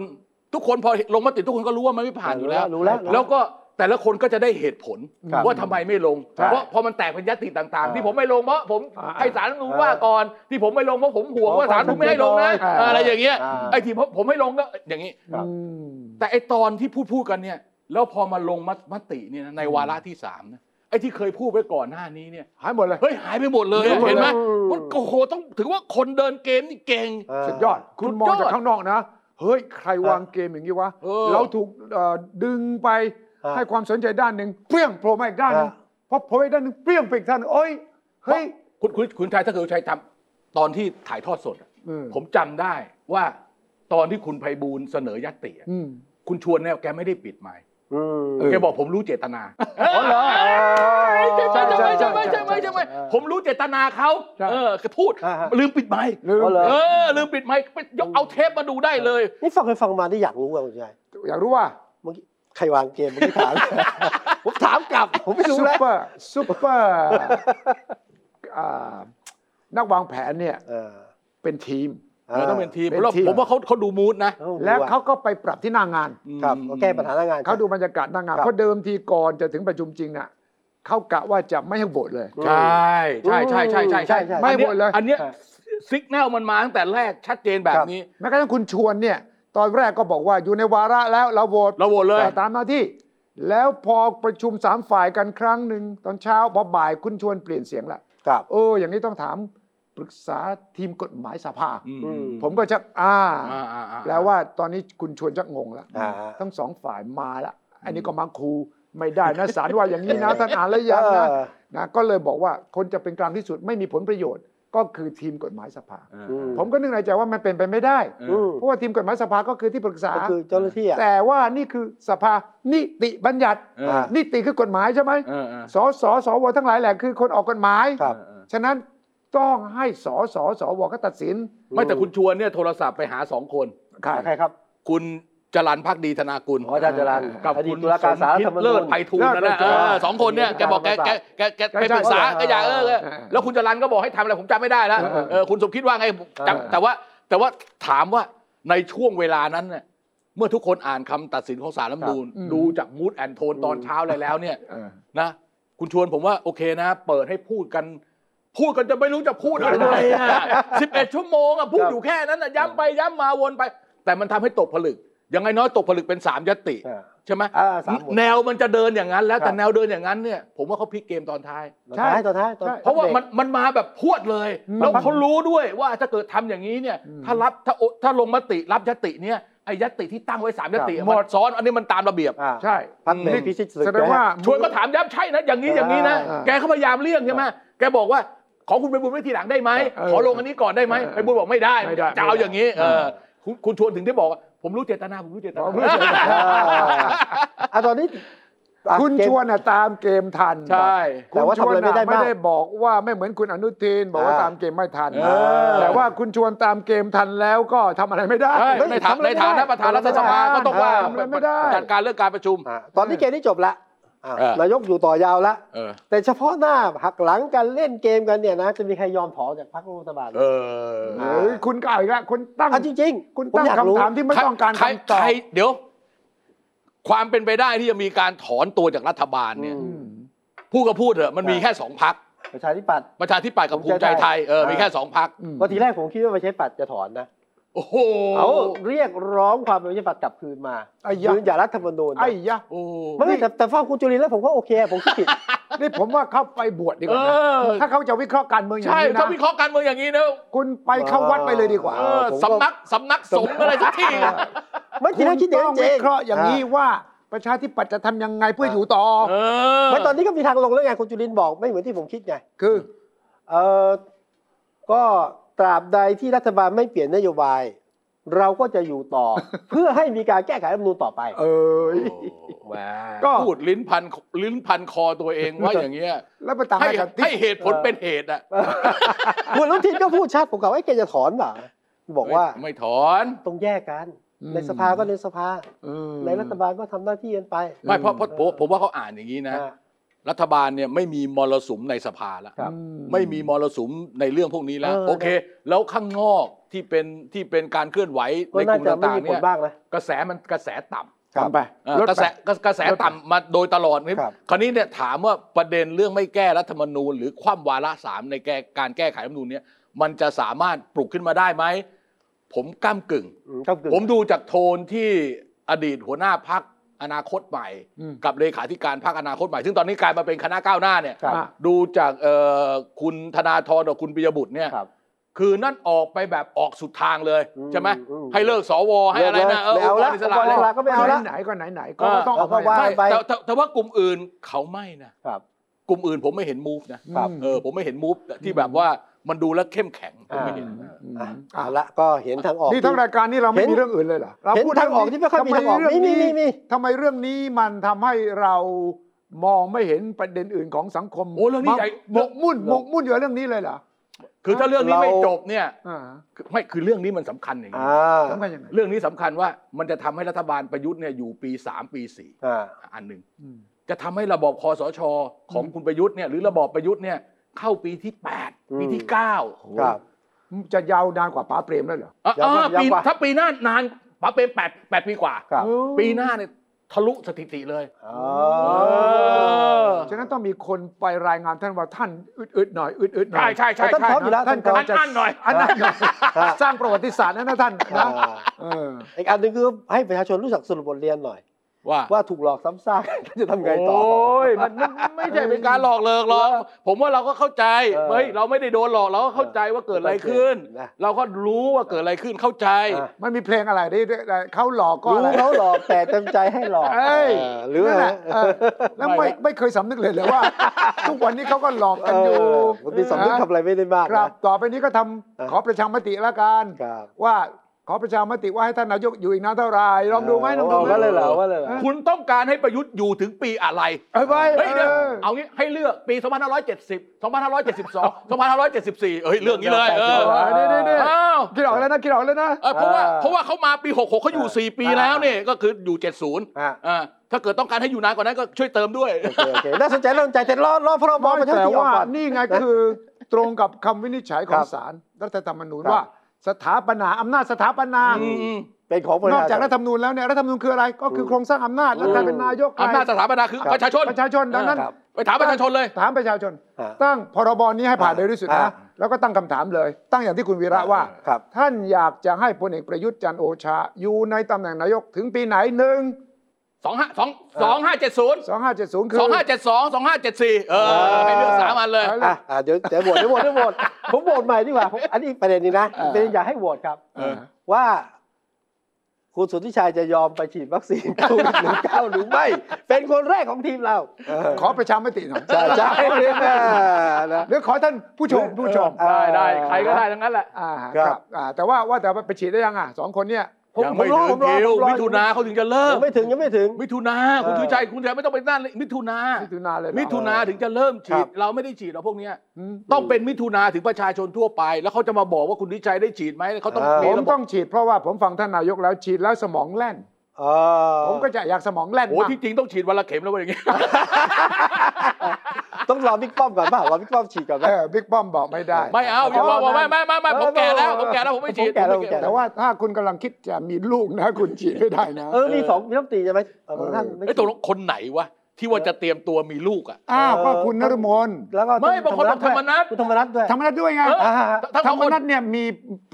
Speaker 2: ทุกคนพอลงมติทุกคนก็รู้ว่ามันไม่ผ่านอยู่แล้ว
Speaker 1: รู้แล้ว
Speaker 2: แล้วก็แต่ละคนก็จะได้เหตุผล
Speaker 1: ครับ
Speaker 2: ว่าทำไมไม่ลง
Speaker 1: ใช่
Speaker 2: เพราะพอมันแตกเป็นยติต่าง
Speaker 1: อ่า
Speaker 2: ๆ ที่ผมไม่ลงเพราะผม
Speaker 3: อ่า
Speaker 2: ให้สารรัฐธรรมนูญ
Speaker 1: อ่า
Speaker 2: ว่าก่อนที่ผมไม่ลงเพราะผมห่วง
Speaker 1: เพราะ
Speaker 2: ว่าสารรัฐธรรมนูญไม่ให้ลงนะ
Speaker 1: อ่า
Speaker 2: อะไรอย่างเงี้ย
Speaker 1: อ่า
Speaker 2: ไอ้ที่ผมผมไม่ลงก็อย่างงี้
Speaker 1: ครับ
Speaker 3: อืม
Speaker 2: แต่ไอ้ตอนที่พูดพูดกันเนี่ย แล้วพอมาลงมมติเนี่ยนะในวาระที่สามนะไอ้ที่เคยพูดไว้ก่อนหน้านี้เนี่ย
Speaker 3: หายหมดเลย
Speaker 2: เฮ้ยหายไปหมดเลยอะ
Speaker 3: หายหมดเลย
Speaker 2: เห็นไหมมันโอ้โหต้องถือว่าคนเดินเกมนี่เก่ง
Speaker 1: เออ
Speaker 3: สุดยอด คุณมองจากข้างนอกนะ เฮ้ย ใครวางเกมอย่างนี้วะ
Speaker 2: เออ
Speaker 3: เราถูกเอ่อดึงไป
Speaker 1: ฮะ
Speaker 3: ให้ความสนใจด้านหนึ่งเปรี้ยงโผล่มาอีกด้านหนึง
Speaker 1: ฮะ
Speaker 3: พอโผล่มาอีกด้านหนึ่งเปรี้ยงไปอีกด้านหนึ่งโอ้ย เฮ้ย
Speaker 2: คุณคุณคุณชายถ้าเกิดคุณชายทำตอนที่ถ่ายทอดสดอะ
Speaker 3: อืม
Speaker 2: ผมจำได้ว่าตอนที่คุณไพบูลย์เสนอยัตติอะ
Speaker 3: อืม
Speaker 2: คุณชวนเนี่ยแกไม่ได้ปิดไมค์
Speaker 1: อืม
Speaker 3: เออ
Speaker 2: แกบอกผมรู้เจตนา
Speaker 1: อ๋อเหรอ
Speaker 2: ใช่ไหมใช่ไหมใช่ไหม
Speaker 3: ใช่
Speaker 2: ใช่ไหมใช่ไหม
Speaker 1: ใช่
Speaker 2: ผมรู้เจตนาเขา
Speaker 3: ใช่
Speaker 2: เออแกพูด
Speaker 1: อ่าฮะ
Speaker 2: ลืมปิดไมค์
Speaker 3: ลืม
Speaker 1: อ๋อเหร
Speaker 2: เออลืมปิดไมค์ไปยกเอาเทปมาดูได้เลย
Speaker 1: นี่ฟังไปฟังมานี่อยากรู้ว่าคุณชาย
Speaker 3: อยากรู้ว่า
Speaker 1: เมื่อกี้ใครวางเกมเมื่อกี้ถาม ผมถามกลับ ผมไม่รู้
Speaker 3: ซุป
Speaker 1: แล้ว
Speaker 3: เปอร์ซุปเปอร์ *laughs* อ่านักวางแผนเนี่ย
Speaker 1: เออ
Speaker 3: เป็นทีม
Speaker 2: เออต้องเป็นทีม
Speaker 3: เป็
Speaker 2: ผ
Speaker 3: น
Speaker 2: มว่า
Speaker 3: ทีม
Speaker 2: ผมว่าเขาเขาดูมูดนะ
Speaker 1: ต้องดู
Speaker 3: แล้ว
Speaker 1: อะ
Speaker 3: เขาก็ไปปรับที่หน้างาน
Speaker 1: ครับ
Speaker 2: อืม
Speaker 1: ก็แก้ปัญหาหน้างาน
Speaker 3: เขาดูบรรยากาศหน้างาน
Speaker 1: ครับ
Speaker 3: เพราะเดิมทีก่อนจะถึงประชุมจริงน่ะเขากะว่าจะไม่ให้โหวตเลย
Speaker 2: ใช่ใช่ใช่ใช่ใช่
Speaker 1: ใช่ใช่
Speaker 3: ไม่
Speaker 2: อัน
Speaker 3: หม
Speaker 2: เนี้ย
Speaker 3: ดเลย
Speaker 2: อันเนี้ย สิกแนลมันมาตั้งแต่แรกชัดเจนแบบนี้
Speaker 3: แม้กระทั่งคุณชวนเนี่ย ตอนแรกก็บอกว่าอยู่ในวาระแล้วเราโหวต
Speaker 2: เราโหวตเลย
Speaker 3: ตามหน้าที่ แล้วพอประชุมสามฝ่ายกันครั้งหนึ่งตอนเช้าพอบ่ายคุณชวนเปลี่ยนเสียงละ
Speaker 1: ครับ
Speaker 3: เออ อย่างนี้ต้องถามปรึกษาทีมกฎหมายสภา
Speaker 2: อืม
Speaker 1: อืม
Speaker 3: ผมก็จะอ่า
Speaker 2: อ่าอ่าอ่า
Speaker 3: แปลว่าตอนนี้คุณชวนชักงงละ
Speaker 1: อ่า
Speaker 3: ทั้งสองฝ่ายมาละอันนี้ก็มาคูไม่ได้
Speaker 2: *laughs*
Speaker 3: นะสารว่าอย่างนี้นะท่านอ่านแล้วยังนะ
Speaker 1: เออ
Speaker 3: นะก็เลยบอกว่าคนจะเป็นกลางที่สุดไม่มีผลประโยชน์ ก็คือทีมกฎหมายสภา
Speaker 1: อื
Speaker 3: ผมก็นึกในใจว่ามันเป็นไปไม่ได้
Speaker 1: อืม
Speaker 3: เพราะว่าทีมกฎหมายสภาก็คือที่ปรึกษา
Speaker 1: ก็คือเจ้าหน้าที่อ่ะ
Speaker 3: แต่ว่านี่คือสภานิติบัญญัติ
Speaker 2: เออ
Speaker 3: นิติคือกฎหมายใช่ไหม
Speaker 2: เออเออ
Speaker 3: สสสวทั้งหลายแหละคือคนออกกฎหมาย
Speaker 1: ครับ
Speaker 2: เออ
Speaker 3: ฉะนั้นต้องให้สสสวก็ตัดสิน
Speaker 2: ไม่แต่คุณชวนเนี่ยโทรศัพท์ไปหาสองคน
Speaker 3: ใคร
Speaker 1: ใครครับ
Speaker 2: คุณจรันพักดีธนากุล
Speaker 1: อ๋ออาจารย์จรัญ
Speaker 2: กับ
Speaker 1: อดีต
Speaker 2: คุณ
Speaker 1: ตุลาการศาลรัฐธรรมนูญ
Speaker 2: เลิศไพฑูรย์นั่นแหละเออสองคนเนี่ยแกบอกแกแกแกแกไปปรึกษาก็อยากเออเออแล้วคุณจรันก็บอกให้ทำอะไรผมจำไม่ได้แล้วเออคุณสมคิดว่าไงจำแต่ว่าแต่ว่าถามว่าในช่วงเวลานั้นเนี่ยเมื่อทุกคนอ่านคำตัดสินของศาลรัฐธรรมนูญดูจากมูดแอนโทนตอนเช้าเลยแล้วเนี่ย
Speaker 3: เออ
Speaker 2: นะคุณชวนผมว่าโอเคนะ เปิดให้พูดกัน พูดกันจะไม่รู้จะพูดอะไรสิบเอ็ดชั่วโมงอะพูดอยู่แค่นั้นอะย้ำไปย้ำมาวนไป แต่มันทำให้ตกผลึกยังไงน้อยตกผลึกเป็นสามยติ
Speaker 1: อ่า
Speaker 2: ใช่ไหม
Speaker 1: อ่าสามหมวด
Speaker 2: แนวมันจะเดินอย่างนั้น แล้
Speaker 1: ค
Speaker 2: ว
Speaker 1: รับ
Speaker 2: แต่แนวเดินอย่างนั้นเนี่ย ผมว่าเขาพลิกเกมตอนท้าย
Speaker 1: ตอนท้ายตอนท้ายตอน
Speaker 3: ใช่
Speaker 2: เพราะว่ามันมันมาแบบพรวดเลย
Speaker 3: อืม
Speaker 2: แล้วเขารู้ด้วยว่าถ้าเกิดทำอย่างนี้เนี่ย
Speaker 3: อืม
Speaker 2: ถ้ารับถ้าโอถ้าลงมติรับยติเนี่ยไอ้ยติที่ตั้งไว้สามยติอะ
Speaker 3: หมด
Speaker 2: มันซ้อนอันนี้มันตามระเบียบ
Speaker 1: อ่า
Speaker 3: ใช่
Speaker 1: พักเบร
Speaker 2: อื
Speaker 1: ก
Speaker 2: ม
Speaker 1: พิชิตศึก
Speaker 3: แสดง
Speaker 1: นะฮะ
Speaker 3: ว่า
Speaker 2: ชวนก็ถามย้ำใช่นะอย่างนี้อย่างนี้นะ
Speaker 3: อ่า
Speaker 2: แกเขาพยายามเลี่ยงใช่ไหมแกบอกว่าขอคุณไปบุญไว้ทีหลังได้ไหม
Speaker 3: เออ
Speaker 2: ขอลงอันนี้ก่อนได้ไหม
Speaker 3: เออ
Speaker 2: ไปบุญบอกไม่ได้
Speaker 3: ไม่ได้
Speaker 2: จะเอาอย่างนี้เอ
Speaker 3: เอ
Speaker 2: อ
Speaker 3: อ
Speaker 2: คุณคุณชวนถึงได้บอกว่าผมรู้เจตนาผมรู้เจต
Speaker 1: อ
Speaker 2: นา
Speaker 1: ่าอ่ะตอนนี้อ่ะ
Speaker 3: คุณ
Speaker 1: เกม
Speaker 3: ชวนน่ะตามเกมทัน
Speaker 2: ใช่
Speaker 1: แต่ว่าทำอะไรไม่ได้
Speaker 3: คุณ
Speaker 1: มาก
Speaker 3: ชวนน่ไม่ได้บอกว่าไม่เหมือนคุณอนุทินบอกว่า
Speaker 1: อ่า
Speaker 3: ตามเกมไม่ทัน
Speaker 2: เออ
Speaker 3: แต่ว่าคุณชวนตามเกมทันแล้วก็ทำอะไรไม่ได้
Speaker 2: ใช่
Speaker 1: เฮ้ย
Speaker 2: ในฐา
Speaker 1: ทำ
Speaker 2: น
Speaker 1: อะไร
Speaker 2: ใน
Speaker 1: ไม่ได้
Speaker 2: ฐานะประธานรัฐสภาก็ต้องว่า
Speaker 1: ทำอะไรไม่ได้
Speaker 2: จัดการเรื่องการประชุม
Speaker 1: อ่ะตอนนี้เกมนี้จบละอ่ะ
Speaker 2: เออ
Speaker 1: นายกอยู่ต่อยาวละ
Speaker 2: เออ
Speaker 1: แต่เฉพาะหน้าหักหลังกันเล่นเกมกันเนี่ยนะ จะมีใครยอมถอจากพรรครัฐบาล
Speaker 2: เออ
Speaker 1: เ
Speaker 3: เฮ้ยคุณก็เอาอีกแล้วคุณตั้ง
Speaker 1: อ่ะจริง
Speaker 3: คุณ
Speaker 1: ผม
Speaker 3: ตั้ง
Speaker 1: อยากรู้
Speaker 3: คำถามที่ไม่ต้องการ
Speaker 2: ใคร
Speaker 3: คำตอบ
Speaker 2: ใครเดี๋ยว ความเป็นไปได้ที่จะมีการถอนตัวจากรัฐบาลเนี่ย
Speaker 1: อื
Speaker 3: อื
Speaker 1: ม
Speaker 3: ม
Speaker 2: พูดก็พูดเถอะมันมีแค่สองพัก
Speaker 1: ประชาธิปัตย์
Speaker 2: ประชาธิปัตย์กับภูมิใจไทยเออมีแค่สองพัก
Speaker 3: อืม
Speaker 1: วันทีแรกผมคิดว่าประชาธิปัตย์จะถอนนะ
Speaker 2: โอ้โห
Speaker 1: เขาเรียกร้องความเป็นประชาธิปัตย์กลับคืนมา
Speaker 3: ไอ้ยะ
Speaker 1: ยืนหย่ารัฐธรรมนูญนะ
Speaker 3: ไอ้ยะ
Speaker 2: โอ้
Speaker 1: ไม่แต่แต่ฟังคุณจุลินทร์แล้วผมก็โอเคผม
Speaker 2: *laughs*
Speaker 1: คิดผิด
Speaker 3: นี่ผมว่าเข้าไปบวชดีกว่านะ
Speaker 2: เออ
Speaker 3: ถ้าเขาจะวิเคราะห์การเมืองอย่าง
Speaker 2: ใช่
Speaker 3: นี้
Speaker 2: ถ้า
Speaker 3: นะ
Speaker 2: วิเคราะห์การเมืองอย่างนี้นะ
Speaker 3: คุณไปเข้าวัดไปเลยดีกว่า
Speaker 2: เออ
Speaker 1: ผมก็
Speaker 2: สำนักสำนักสงฆ์อะไรสักที
Speaker 1: *laughs*
Speaker 2: อะ
Speaker 1: ไม่ที
Speaker 3: คุณ
Speaker 1: แรกคิดอย่าง
Speaker 3: ต้อ
Speaker 1: นั้
Speaker 3: ง
Speaker 1: นจริ
Speaker 3: วิ
Speaker 1: ง
Speaker 3: เคราะห์อย่างนี้ว่าประชาธิปัตย์จะทำยังไงเพื่ออยู่ต่อ
Speaker 2: เออ
Speaker 1: ไม่ตอนนี้ก็มีทางลงแล้วไงคุณจุลินทร์บอกไม่เหมือนที่ผมคิดไง
Speaker 3: คือ
Speaker 1: เออก็ตราบใดที่รัฐบาลไม่เปลี่ยนนโยบาย เราก็จะอยู่
Speaker 2: *laughs*
Speaker 1: ต่อ เพื่อให้มีการแก้ไขรัฐธรรมนูญต่อไป
Speaker 3: เออ
Speaker 2: แหม่
Speaker 3: ก็
Speaker 2: พูดลิ้นพันลิ้นพันคอตัวเองว่าอย่างเงี้ย
Speaker 3: แล้วไปตาม
Speaker 2: ให้
Speaker 3: ให้กับที่
Speaker 2: ให้เหตุผลเป็นเหตุอ่ะ
Speaker 1: คุณอนุทินก็พูดชัดผมกล่าวไอ้แกจะถอนเปล่าบอกว่า
Speaker 2: ไม่ไม่ถอน
Speaker 1: ต้องแยกกัน ในสภาก็ในสภา
Speaker 3: เออ
Speaker 1: ในรัฐบาลก็ทำหน้าที่กันไป
Speaker 2: ไม่เพราะเพราะผมผมว่าเขาอ่านอย่างนี้นะ
Speaker 1: อ่า
Speaker 2: รัฐบาลเนี่ยไม่มีมรสุมในสภาแล้ว
Speaker 1: ครับ
Speaker 2: ไม่มีมรสุมในเรื่องพวกนี้แล้ว
Speaker 1: เออ
Speaker 2: โอเค แล้วข้างนอกที่เป็นที่เป็นการเคลื่อนไหว
Speaker 1: ก็
Speaker 2: ในก
Speaker 1: น่า
Speaker 2: ลุ่ม
Speaker 1: จะไม่
Speaker 2: ต่าง
Speaker 1: มีผ
Speaker 2: ๆเนี่
Speaker 1: ล
Speaker 2: ย
Speaker 1: บ้างนะ
Speaker 2: กระแสมันกระแสต่ำ
Speaker 3: ตามไป
Speaker 2: เอ่อ
Speaker 3: ลด
Speaker 2: กระ
Speaker 3: ไป
Speaker 2: แสกระกระแสต่ำมาโดยตลอดนี่
Speaker 1: ครับ
Speaker 2: คราวนี้เนี่ยถามว่าประเด็นเรื่องไม่แก้รัฐธรรมนูญ หรือคว่ำวาระสามในแก้การแก้ไขรัฐธรรมนูญเนี่ยมันจะสามารถปลุกขึ้นมาได้ไหม ผมก้ากึ่ง
Speaker 1: อืมก็คือ
Speaker 2: ผมดูจากโทนที่อดีตหัวหน้าพักอนาคตใหม่
Speaker 3: อืม
Speaker 2: กับเลขาธิการพักอนาคตใหม่ ซึ่งตอนนี้กลายมาเป็นคณะก้าวหน้าเนี่ย
Speaker 1: ครับ
Speaker 3: อ่ะ
Speaker 2: ดูจากเอ่อคุณธนาธรกับคุณปิยบุตรเนี่ย
Speaker 1: ครับ
Speaker 2: คือนั่นออกไปแบบออกสุดทางเลย
Speaker 1: อืม
Speaker 2: ใช่ไหม
Speaker 1: อืม
Speaker 2: ให้เลิกสวให้อะไรนะ
Speaker 1: ไม่เอา
Speaker 2: งค์ก
Speaker 1: ละอง
Speaker 2: รอิ
Speaker 1: ค์
Speaker 2: สระ
Speaker 1: กร
Speaker 2: อะไร
Speaker 1: อิสระก็ไม่เอาละ
Speaker 3: ไหนๆก็ไหนๆก็
Speaker 2: เออ
Speaker 3: ต้องออก
Speaker 1: เอาก็ว่า
Speaker 3: มา
Speaker 2: ใช่
Speaker 1: ไป
Speaker 2: แต่แต่แต่ว่ากลุ่มอื่นเขาไม่นะ
Speaker 1: ครับ
Speaker 2: กลุ่มอื่นผมไม่เห็นมูฟนะครับ เออผมไม่เห็นมูฟที่แบบว่ามันดูแล้วเข้มแข็งผมไม่เห็น
Speaker 3: อ่า
Speaker 2: เออ
Speaker 1: อ่ะเอาละก็เห็นทางออก
Speaker 3: นี่ทั้งรายการนี่เราไม่
Speaker 1: เห็น
Speaker 3: มีเรื่องอื่นเลยเหรอเรา
Speaker 1: เห็น
Speaker 3: พูดรื่
Speaker 1: ทางออกที่ไม่ค่อยมีทางออก
Speaker 3: ำไเรื่
Speaker 1: มีมีมี
Speaker 3: ทำไมเรื่องนี้มันทำให้เรามองไม่เห็นประเด็นอื่นของสังคม
Speaker 2: โอ้เรื่องนี้ใหญ่
Speaker 3: หมกมุ่นหมกมุ่นอยู่กับเรื่องนี้เลยเหรอ
Speaker 2: คือถ้าเรื่องนี้ไม่จบเนี่ย
Speaker 3: อ่า
Speaker 2: คือไม่คือเรื่องนี้มันสำคัญอย่างนี้
Speaker 1: อ่า
Speaker 3: สำคัญยังไง
Speaker 2: เรื่องนี้สำคัญว่ามันจะทำให้รัฐบาลประยุทธ์เนี่ยอยู่ปี 3 ปี
Speaker 1: อ่า
Speaker 2: 4 อันหนึ่ง
Speaker 3: อืม
Speaker 2: จะทำให้ระบอบคอสช ของ
Speaker 3: อืม
Speaker 2: คุณประยุทธ์เนี่ยหรือระบอบประยุทธ์เนี่ยเข้าปีที่ 8 ปีที่
Speaker 1: อืม
Speaker 2: 9
Speaker 1: ครับ
Speaker 3: จะยาวนานกว่าป๋าเปรมแล้วเหรอ
Speaker 2: อ่ะ
Speaker 1: ยาวกว่า
Speaker 2: อ่ะปี
Speaker 1: ยาวกว่า
Speaker 2: ถ้าปีหน้านานป๋าเป็นแปดแปดปีกว่า
Speaker 1: ครับ
Speaker 3: โอ้
Speaker 2: ปีหน้าเนี่ย ทะลุสถิติเลย
Speaker 1: อ๋
Speaker 2: เอ
Speaker 1: อ
Speaker 2: อ
Speaker 3: ฉะนั้นต้องมีคนไปรายงานท่านว่าท่านอึดๆหน่อยอึดๆหน่อย
Speaker 2: ใช่ใช่ใช่
Speaker 3: ท่าน
Speaker 2: ใช่
Speaker 3: พร้อมอยู่แล้วท่านกำลังจะ
Speaker 2: อันๆหน่อย
Speaker 3: อันนั้นหน่อย
Speaker 1: ครับ
Speaker 3: สร้างประวัติศาสตร์นะนะท่าน
Speaker 1: อ่า
Speaker 3: นะเออ
Speaker 1: อีกอันหนึงคือให้ประชาชนรู้จักสรุปบทเรียนหน่อย
Speaker 2: ว่า
Speaker 1: ว่าถูกหลอกซ้ำซากจะทำไงต่อ
Speaker 2: โอ้ยมันมันมันไม่ใช่เป็นการหลอกเลิกหรอกผมว่าเราก็เข้าใจ
Speaker 1: เออ
Speaker 2: เฮ้ยเราไม่ได้โดนหลอกเราก็เข้าใจว่าเกิดอะไรขึ้น
Speaker 1: นะ
Speaker 2: เราก็รู้ว่าเกิดอะไรขึ้นเข้าใจ
Speaker 1: อ่ะ
Speaker 3: มันมีเพลงอะไรที่เขาหลอกก็
Speaker 1: รู้
Speaker 3: อะไร
Speaker 1: เขาหลอกแต่เต็มใจให้หลอก
Speaker 3: เอ้ย
Speaker 1: เออหรือ
Speaker 3: นั่
Speaker 1: อะ
Speaker 3: น
Speaker 1: ไร
Speaker 3: แหละเออแล้ว
Speaker 2: ไม่
Speaker 3: ไม่
Speaker 2: นะ
Speaker 3: ไม่เคยสำนึกเลยเหรอว่า *laughs* ทุกวันนี้เขาก็หลอก
Speaker 1: เอ
Speaker 3: กันอยู่
Speaker 1: อบางทีสำนึกทำอะไรไม่ได้มาก
Speaker 3: ครับ
Speaker 1: นะ
Speaker 3: ต่อไปนี้ก็ทำ
Speaker 1: เออ
Speaker 3: ขอประชามติละกัน
Speaker 1: ครับ
Speaker 3: ว่าขอประชามติว่าให้ท่านนายกอยู่อีกนานเท่าไหร่ลองดูไหมลองดู
Speaker 1: เอา
Speaker 3: ไหม
Speaker 1: ว่าเลยเหรอว่าเลยเหรอ
Speaker 2: คุณต้องการให้ประยุทธ์อยู่ถึงปีอะไร
Speaker 3: เอ้ยไป
Speaker 2: เฮ้ยเดี๋ยว
Speaker 3: เออ
Speaker 2: เอางี้ให้เลือกปี 2570 2572 2574 เอ้ยเรื่องนี้เลยเออ
Speaker 3: เออนี่นี่นี่
Speaker 2: อ้าว
Speaker 3: คิดออกแล้วนะคิดออกแล้วนะ
Speaker 2: เออเพราะว่า
Speaker 1: เออ
Speaker 2: เพราะว่าเขามาปี 66เขาอยู่ 4 ปีแล้วเนี่ยก็คืออยู่ 70
Speaker 1: อ่ะ
Speaker 2: อ่าถ้าเกิดต้องการให้อยู่นานกว่านั้นก็ช่วยเติมด้วย
Speaker 1: โอเคโอเคน่าสนใจน่าสนใจแต่รอรอพรบป
Speaker 3: ไม่
Speaker 1: ระชา
Speaker 3: แต่
Speaker 1: ธิปไตยออก
Speaker 3: ว่า
Speaker 1: ก่อน
Speaker 3: นี่ไงคือตรงกับคำวินิจฉัยขอ
Speaker 1: ค
Speaker 3: ง
Speaker 1: รับ
Speaker 3: ศาลรัฐธรรมนูญ
Speaker 1: ครับ
Speaker 3: ว่า สถาปนาอำนาจสถาปนา
Speaker 2: อืม
Speaker 1: เป็นของประ
Speaker 3: น
Speaker 1: ชา
Speaker 3: อก
Speaker 1: ช
Speaker 3: จาก
Speaker 1: น
Speaker 3: รัฐธรรมนูญแล้วเนี่ยรัฐธรรมนูญคืออะไรก็คือโครงสร้างอำนาจ
Speaker 1: อืม
Speaker 3: แล้วใครเป็นนายกใคร
Speaker 2: อำนาจสถาปนาคือประชาชน
Speaker 3: ประชาชนดังนั้น
Speaker 1: ครับ
Speaker 2: ไปถามประชาชนเลย
Speaker 3: ถามประชาชน
Speaker 1: ฮะ
Speaker 3: ตั้งพรบนี้ให้ผ่าน
Speaker 1: อ่า
Speaker 3: เร็วที่สุด
Speaker 1: อ่า
Speaker 3: นะแล้วก็ตั้งคำถามเลย ตั้งอย่างที่คุณวีระว่า
Speaker 1: ครับ
Speaker 3: ท่านอยากจะให้พลเอกประยุทธ์จันทร์โอชา อยู่ในตำแหน่งนายกถึงปีไหนหนึ่ง
Speaker 2: 2 5 2 2 5 7 0
Speaker 3: สองห้าเจ็ดศูนย์คือ
Speaker 2: 2 5 7 2 2 5 7 4 เออให้เลือกสามอันเลย
Speaker 3: เอาละ
Speaker 1: อ่ะอ่ะเดี๋ยวเดี๋ยวโหวตเดี๋ยวโหวตเดี๋ยวโหวตผมโหวตใหม่ดีกว่าผมอันนี้ประเด็นนี้นะ
Speaker 3: อ่า
Speaker 1: ประเด็นอยากให้โหวตครับ
Speaker 3: เออ
Speaker 1: ว่า คุณสุทธิชัยจะยอมไปฉีดวัคซีนโควิดหนึ่งเก้าหรือไม่ เป็นคนแรกของทีมเราเออ
Speaker 3: ขอประชามติหน่อย
Speaker 1: ใช่ใช่เนี่ยนะ
Speaker 3: หรือขอท่านผู้ชมผู้ชม
Speaker 2: ได้ได้ใครก็ได้ทั้งนั้นแหละ
Speaker 3: อ่า
Speaker 1: ค
Speaker 3: ค
Speaker 1: รั
Speaker 3: รับ บอ่าแต่ว่าว่าแต่ว่าไปฉีดได้ยังอ่ะสองคนเนี่ย
Speaker 1: ผม
Speaker 2: ยัง
Speaker 1: ผ
Speaker 2: ไม่
Speaker 1: มรอผ
Speaker 2: ถึง
Speaker 1: มรอ
Speaker 2: คิว
Speaker 1: ผมรอ
Speaker 2: มิถุนาเขาถึงจะเริ่
Speaker 1: ยั
Speaker 2: ม
Speaker 1: งไม่ถึงยังไม่ถึง
Speaker 2: มิถุนา
Speaker 1: เออ
Speaker 2: คุณชูชัยคุณชัยไม่ต้องไปนั่นเลยมิถุนา
Speaker 3: มิถุนาเลยเหรอ
Speaker 2: มิถุนาถึงจะเริ่มฉี
Speaker 1: ครั
Speaker 2: ด
Speaker 1: บ
Speaker 2: เราไม่ได้ฉีดหรอกพวกเนี้ย
Speaker 3: อืม
Speaker 2: ต้องเป็นมิถุนาถึงประชาชนทั่วไป แล้วเขาจะมาบอกว่าคุณชูชัยได้ฉีดไหมเขาต้อง
Speaker 1: เออ
Speaker 3: ผม
Speaker 2: ระบบ
Speaker 3: ต้องฉีดเพราะว่าผมฟังท่านนายกแล้วฉีดแล้วสมองแล่น
Speaker 1: เออ
Speaker 3: ผมก็จะอยากสมองแล่น
Speaker 2: โอ้
Speaker 3: มาก
Speaker 2: ที่จริงต้องฉีดวันละเข็มแล้วเว้ยอย่างเงี้ย
Speaker 1: ต้องรอบิ๊กป้อมก่อนป่ะรอบิ๊กป้อมฉีดก่อนไหม
Speaker 3: เออบิ๊กป้อมบอกไม่ได้
Speaker 2: ไม่เอาพี่บอกว่าไม่ไม่ไม่ไม่ผมแก่แล้วผมแก่แล้วผมไม่ฉีด
Speaker 1: ผมแก่แล้วผมก่
Speaker 3: แต่ว่าถ้าคุณกำลังคิดจะมีลูกนะ คุณฉีดไม่ได้นะ
Speaker 1: เออมีสองมีน้ำตีใช่ไหมเออบางท่านไม่
Speaker 2: ไอ้ยตกลงคนไหนวะที่ว่าจะเตรียมตัวมีลูกอ่ะ
Speaker 3: อ้าวก็คุณนรมน
Speaker 1: แล้วก็
Speaker 2: ไม่บางคนบอกธรรมนัส
Speaker 1: คุณธรรมนัทด้วย
Speaker 3: ธรรมนัฐด้วยไง
Speaker 2: เออ
Speaker 1: อ่าฮะฮะ
Speaker 2: ถ้า
Speaker 3: ธร
Speaker 2: เขา
Speaker 3: รม
Speaker 2: คน
Speaker 3: นัฐเนี่ยมี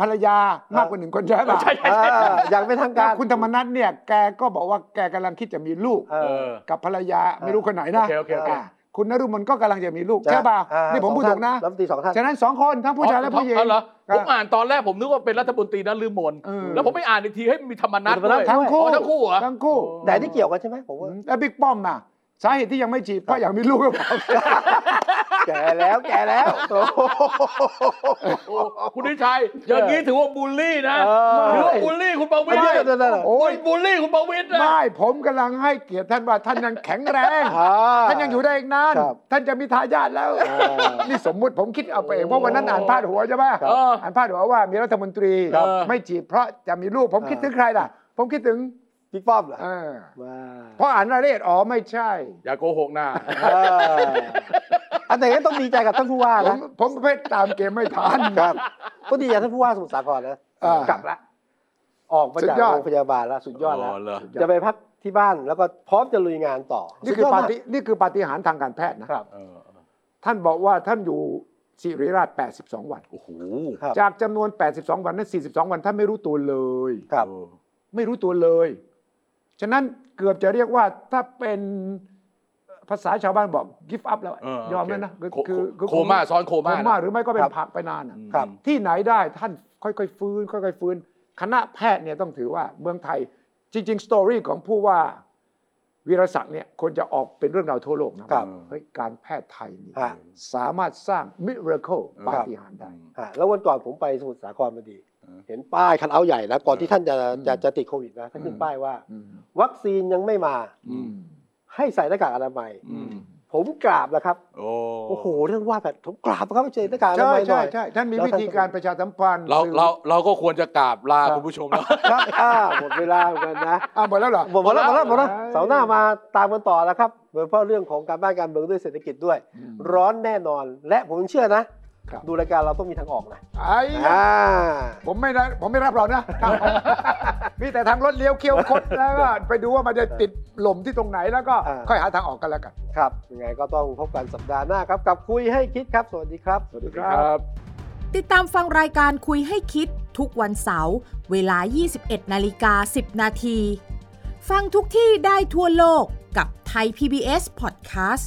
Speaker 3: ภรรยามากกว่าหนึ่งคนใช่ไหม
Speaker 2: ใช่
Speaker 1: อ่าอย่างเป็นทางการ
Speaker 3: คุณธรรมนัฐเนี่ยแกก็บอกว่าแกกำลังคิดจะมีลูก
Speaker 1: เอ
Speaker 2: เอ
Speaker 1: อ
Speaker 2: อ
Speaker 3: กับภรรยาไม่รู้คนไหนนะ
Speaker 2: โอเคโอเคโอเค
Speaker 3: าคุณนรุมนก็กำลังจะมีลูก
Speaker 1: จ้ะ
Speaker 3: ใช่ป่ะ
Speaker 1: อ่า
Speaker 3: นี่ผมพูด
Speaker 1: สองท่านรั
Speaker 3: ถูกนะ
Speaker 1: ฐมนตรีสองท่าน
Speaker 3: ฉะนั้นสองคนทั้งผู้ชายและผู้หญิง
Speaker 2: อ๋อเหรอ
Speaker 3: ครับ
Speaker 2: ผมอ่านตอนแรกผมนึกว่าเป็นรัฐมนตรีนฤมล
Speaker 3: เออ
Speaker 2: แล้วผมไม่อ่านอีกทีให้มีธรรมนัฐ
Speaker 1: ธรรมนั
Speaker 2: ด้
Speaker 1: ส
Speaker 2: วย
Speaker 3: ทั้ง
Speaker 2: อ๋
Speaker 3: คู่
Speaker 2: อทั้งคู่เหรอ
Speaker 3: ทั้งคู่
Speaker 1: แต่ที่เกี่ยวกันใช่ไหมผมว่า
Speaker 3: แล้วบิ๊กป้อมอ่ะสาเหตุที่ยังไม่จีบเพราะอยากมีลูกก็บอก
Speaker 1: แก่แล้วแก่แล้วโอ้โห
Speaker 2: โอ้คุณนิชัยอย่างนี้ถือว่าบูลลี่นะ
Speaker 1: เออ
Speaker 2: ถือว่าบูลลี่คุณประวิ
Speaker 1: ไม่
Speaker 2: ตร
Speaker 1: ได้
Speaker 2: นะ
Speaker 1: เดี๋ยวเดี๋ยวเดี๋ยว
Speaker 3: โอ้ย
Speaker 2: บูลลี่คุณประวิตรนะ
Speaker 3: ไม่ผมกำลังให้เกียรติท่านว่าท่านยังแข็งแรง
Speaker 1: อ่า
Speaker 3: ท่านยังอยู่ได้อีกนาน
Speaker 1: ครับ
Speaker 3: ท่านจะมีทายาทแล้วนี่สมมุติผมคิดเอาไปเองเพราะวันนั้นอ่านพาดหัวใช่ไหม
Speaker 2: เออ
Speaker 3: อ่านพาดหัวว่ามีรัฐมนตรี
Speaker 2: ครับ
Speaker 3: ไม่จีบเพราะจะมีลูกผมคิด
Speaker 1: เออ
Speaker 3: ถึงใครล่ะ ผมคิดถึง
Speaker 1: บิ๊กป้อมเหรอ
Speaker 3: เออ
Speaker 1: ว้า
Speaker 3: เพราะอ่านรายละเอียดอ๋อไม่ใช่
Speaker 2: อย่าโกหกนะ
Speaker 1: เอออันไหนก็ต้องดีใจกับท่านผู้ว่า
Speaker 3: ผม
Speaker 1: นะ
Speaker 3: ผมประเภทตามเกมไม่ทัน
Speaker 1: ครับก็ดีใจท่านผู้ว่าสมุทรสาครนะ
Speaker 3: อ่าก
Speaker 1: ลับละออกมา
Speaker 3: สุ
Speaker 1: จา
Speaker 3: ด
Speaker 1: ก
Speaker 3: ยอด
Speaker 1: โรงพยาบาลแล้วสุดยอดแล้ว
Speaker 2: เหรอ
Speaker 1: จะไปพักที่บ้านแล้วก็พร้อมจะลุยงานต่อ
Speaker 3: นี่คือ
Speaker 1: สุดยด
Speaker 3: ปาม
Speaker 1: ก
Speaker 3: ฏินี่คือปาฏิหาริย์ทางการแพทย์นะครับ
Speaker 2: เออ
Speaker 3: ท่านบอกว่าท่านอยู่สิริราช 82 วัน
Speaker 2: โอ้โห
Speaker 1: ครับ
Speaker 3: จากจำนวน 82 วันนั้น42 วันท่านไม่รู้ตัวเลย
Speaker 1: ครับ
Speaker 2: เออ
Speaker 3: ไม่รู้ตัวเลย ฉะนั้นเกือบจะเรียกว่าถ้าเป็นภาษาชาวบ้านบอก give up แล้วอะ
Speaker 2: เออย
Speaker 3: อมแล้วนะ
Speaker 2: โอเคโคโคม่าซ้อนโค
Speaker 3: โค
Speaker 2: ม่า
Speaker 3: ม่า
Speaker 2: นะ
Speaker 3: หรือไม่ก็เป็
Speaker 1: ครั
Speaker 3: น
Speaker 1: บ
Speaker 3: ผักไปนานอะ
Speaker 1: ครับ
Speaker 3: ที่ไหนได้ท่านค่อยๆฟื้นค่อยๆฟื้น คณะแพทย์เนี่ยต้องถือว่าเมืองไทยจริงๆสตอรี่ของผู้ว่าวีรศักดิ์เนี่ยควรจะออกเป็นเรื่องราวทั่วโลกนะครับ เฮ้ยการแพทย์ไทยนี่
Speaker 1: ฮะ
Speaker 3: สามารถสร้างมิราเคิล
Speaker 1: ครับ
Speaker 3: ปาฏิหาริย์ได้
Speaker 1: อ่ะแล้ววันก่อนผมไปสมุทรสาครพอดี เห็นป้ายคันเอาท์ใหญ่นะก่อนที่ท่านจะจะจะติดโควิดนะท่านขึ้นป้ายว่า
Speaker 3: อืม
Speaker 1: วัคซีนยังไม่มา
Speaker 2: อืม
Speaker 1: ให้ใส่หน้ากากอนามัย
Speaker 2: อืม
Speaker 1: ผมกราบแล้วครับ
Speaker 2: โอ้
Speaker 1: โอ้โหท่านว่าแบบผมกราบครับใส่หน้ากากอนา
Speaker 3: ใช่
Speaker 1: มัยหน่
Speaker 3: ใช่
Speaker 1: อย
Speaker 3: ใช่ท่านมี
Speaker 1: แล้ว
Speaker 3: วิ
Speaker 1: ท่าน
Speaker 3: ธีการประชาสัมพันธ์
Speaker 2: เรา
Speaker 3: สื่อ
Speaker 2: เราเราก็ควรจะกราบลา
Speaker 1: ครับ
Speaker 2: คุณผู้ชมแล้ว
Speaker 1: ครับอ่าหมดเวลาเหมือนกันนะ
Speaker 3: อ้าวหมดแล้วเหรอ
Speaker 1: หมดแล้วหมดแล้วหมดแล้ว
Speaker 3: หมดแล้ว
Speaker 1: เสาร์หน้ามาตามกันต่อแล้วครับโดยเฉพาะเรื่องของการบ้านการเมืองด้วยเศรษฐกิจด้วย ร้อนแน่นอนและผมเชื่อนะ
Speaker 3: ครับ
Speaker 1: ดูรายการเราต้องมีทางออกนะ
Speaker 3: ไอ้
Speaker 1: อ่า
Speaker 3: *laughs* ผมไม่ได้ผมไม่รับรองนะ มีแต่ทางรถเลี้ยวเคี้ยวคดแล้วก็ไปดูว่ามันจะติดหล่มที่ตรงไหนแล้วก็
Speaker 1: อ่า
Speaker 3: ค่อยหาทางออกกันแล้วกัน
Speaker 1: ครับยังไงก็ต้องพบกันสัปดาห์หน้าครับ กับคุยให้คิดครับ สวัสดีครับ
Speaker 2: ครับ
Speaker 7: ติดตามฟังรายการคุยให้คิดทุกวันเสาร์เวลา 21 นาฬิกา 10 นาที ฟังทุกที่ได้ทั่วโลกกับไทย PBS Podcast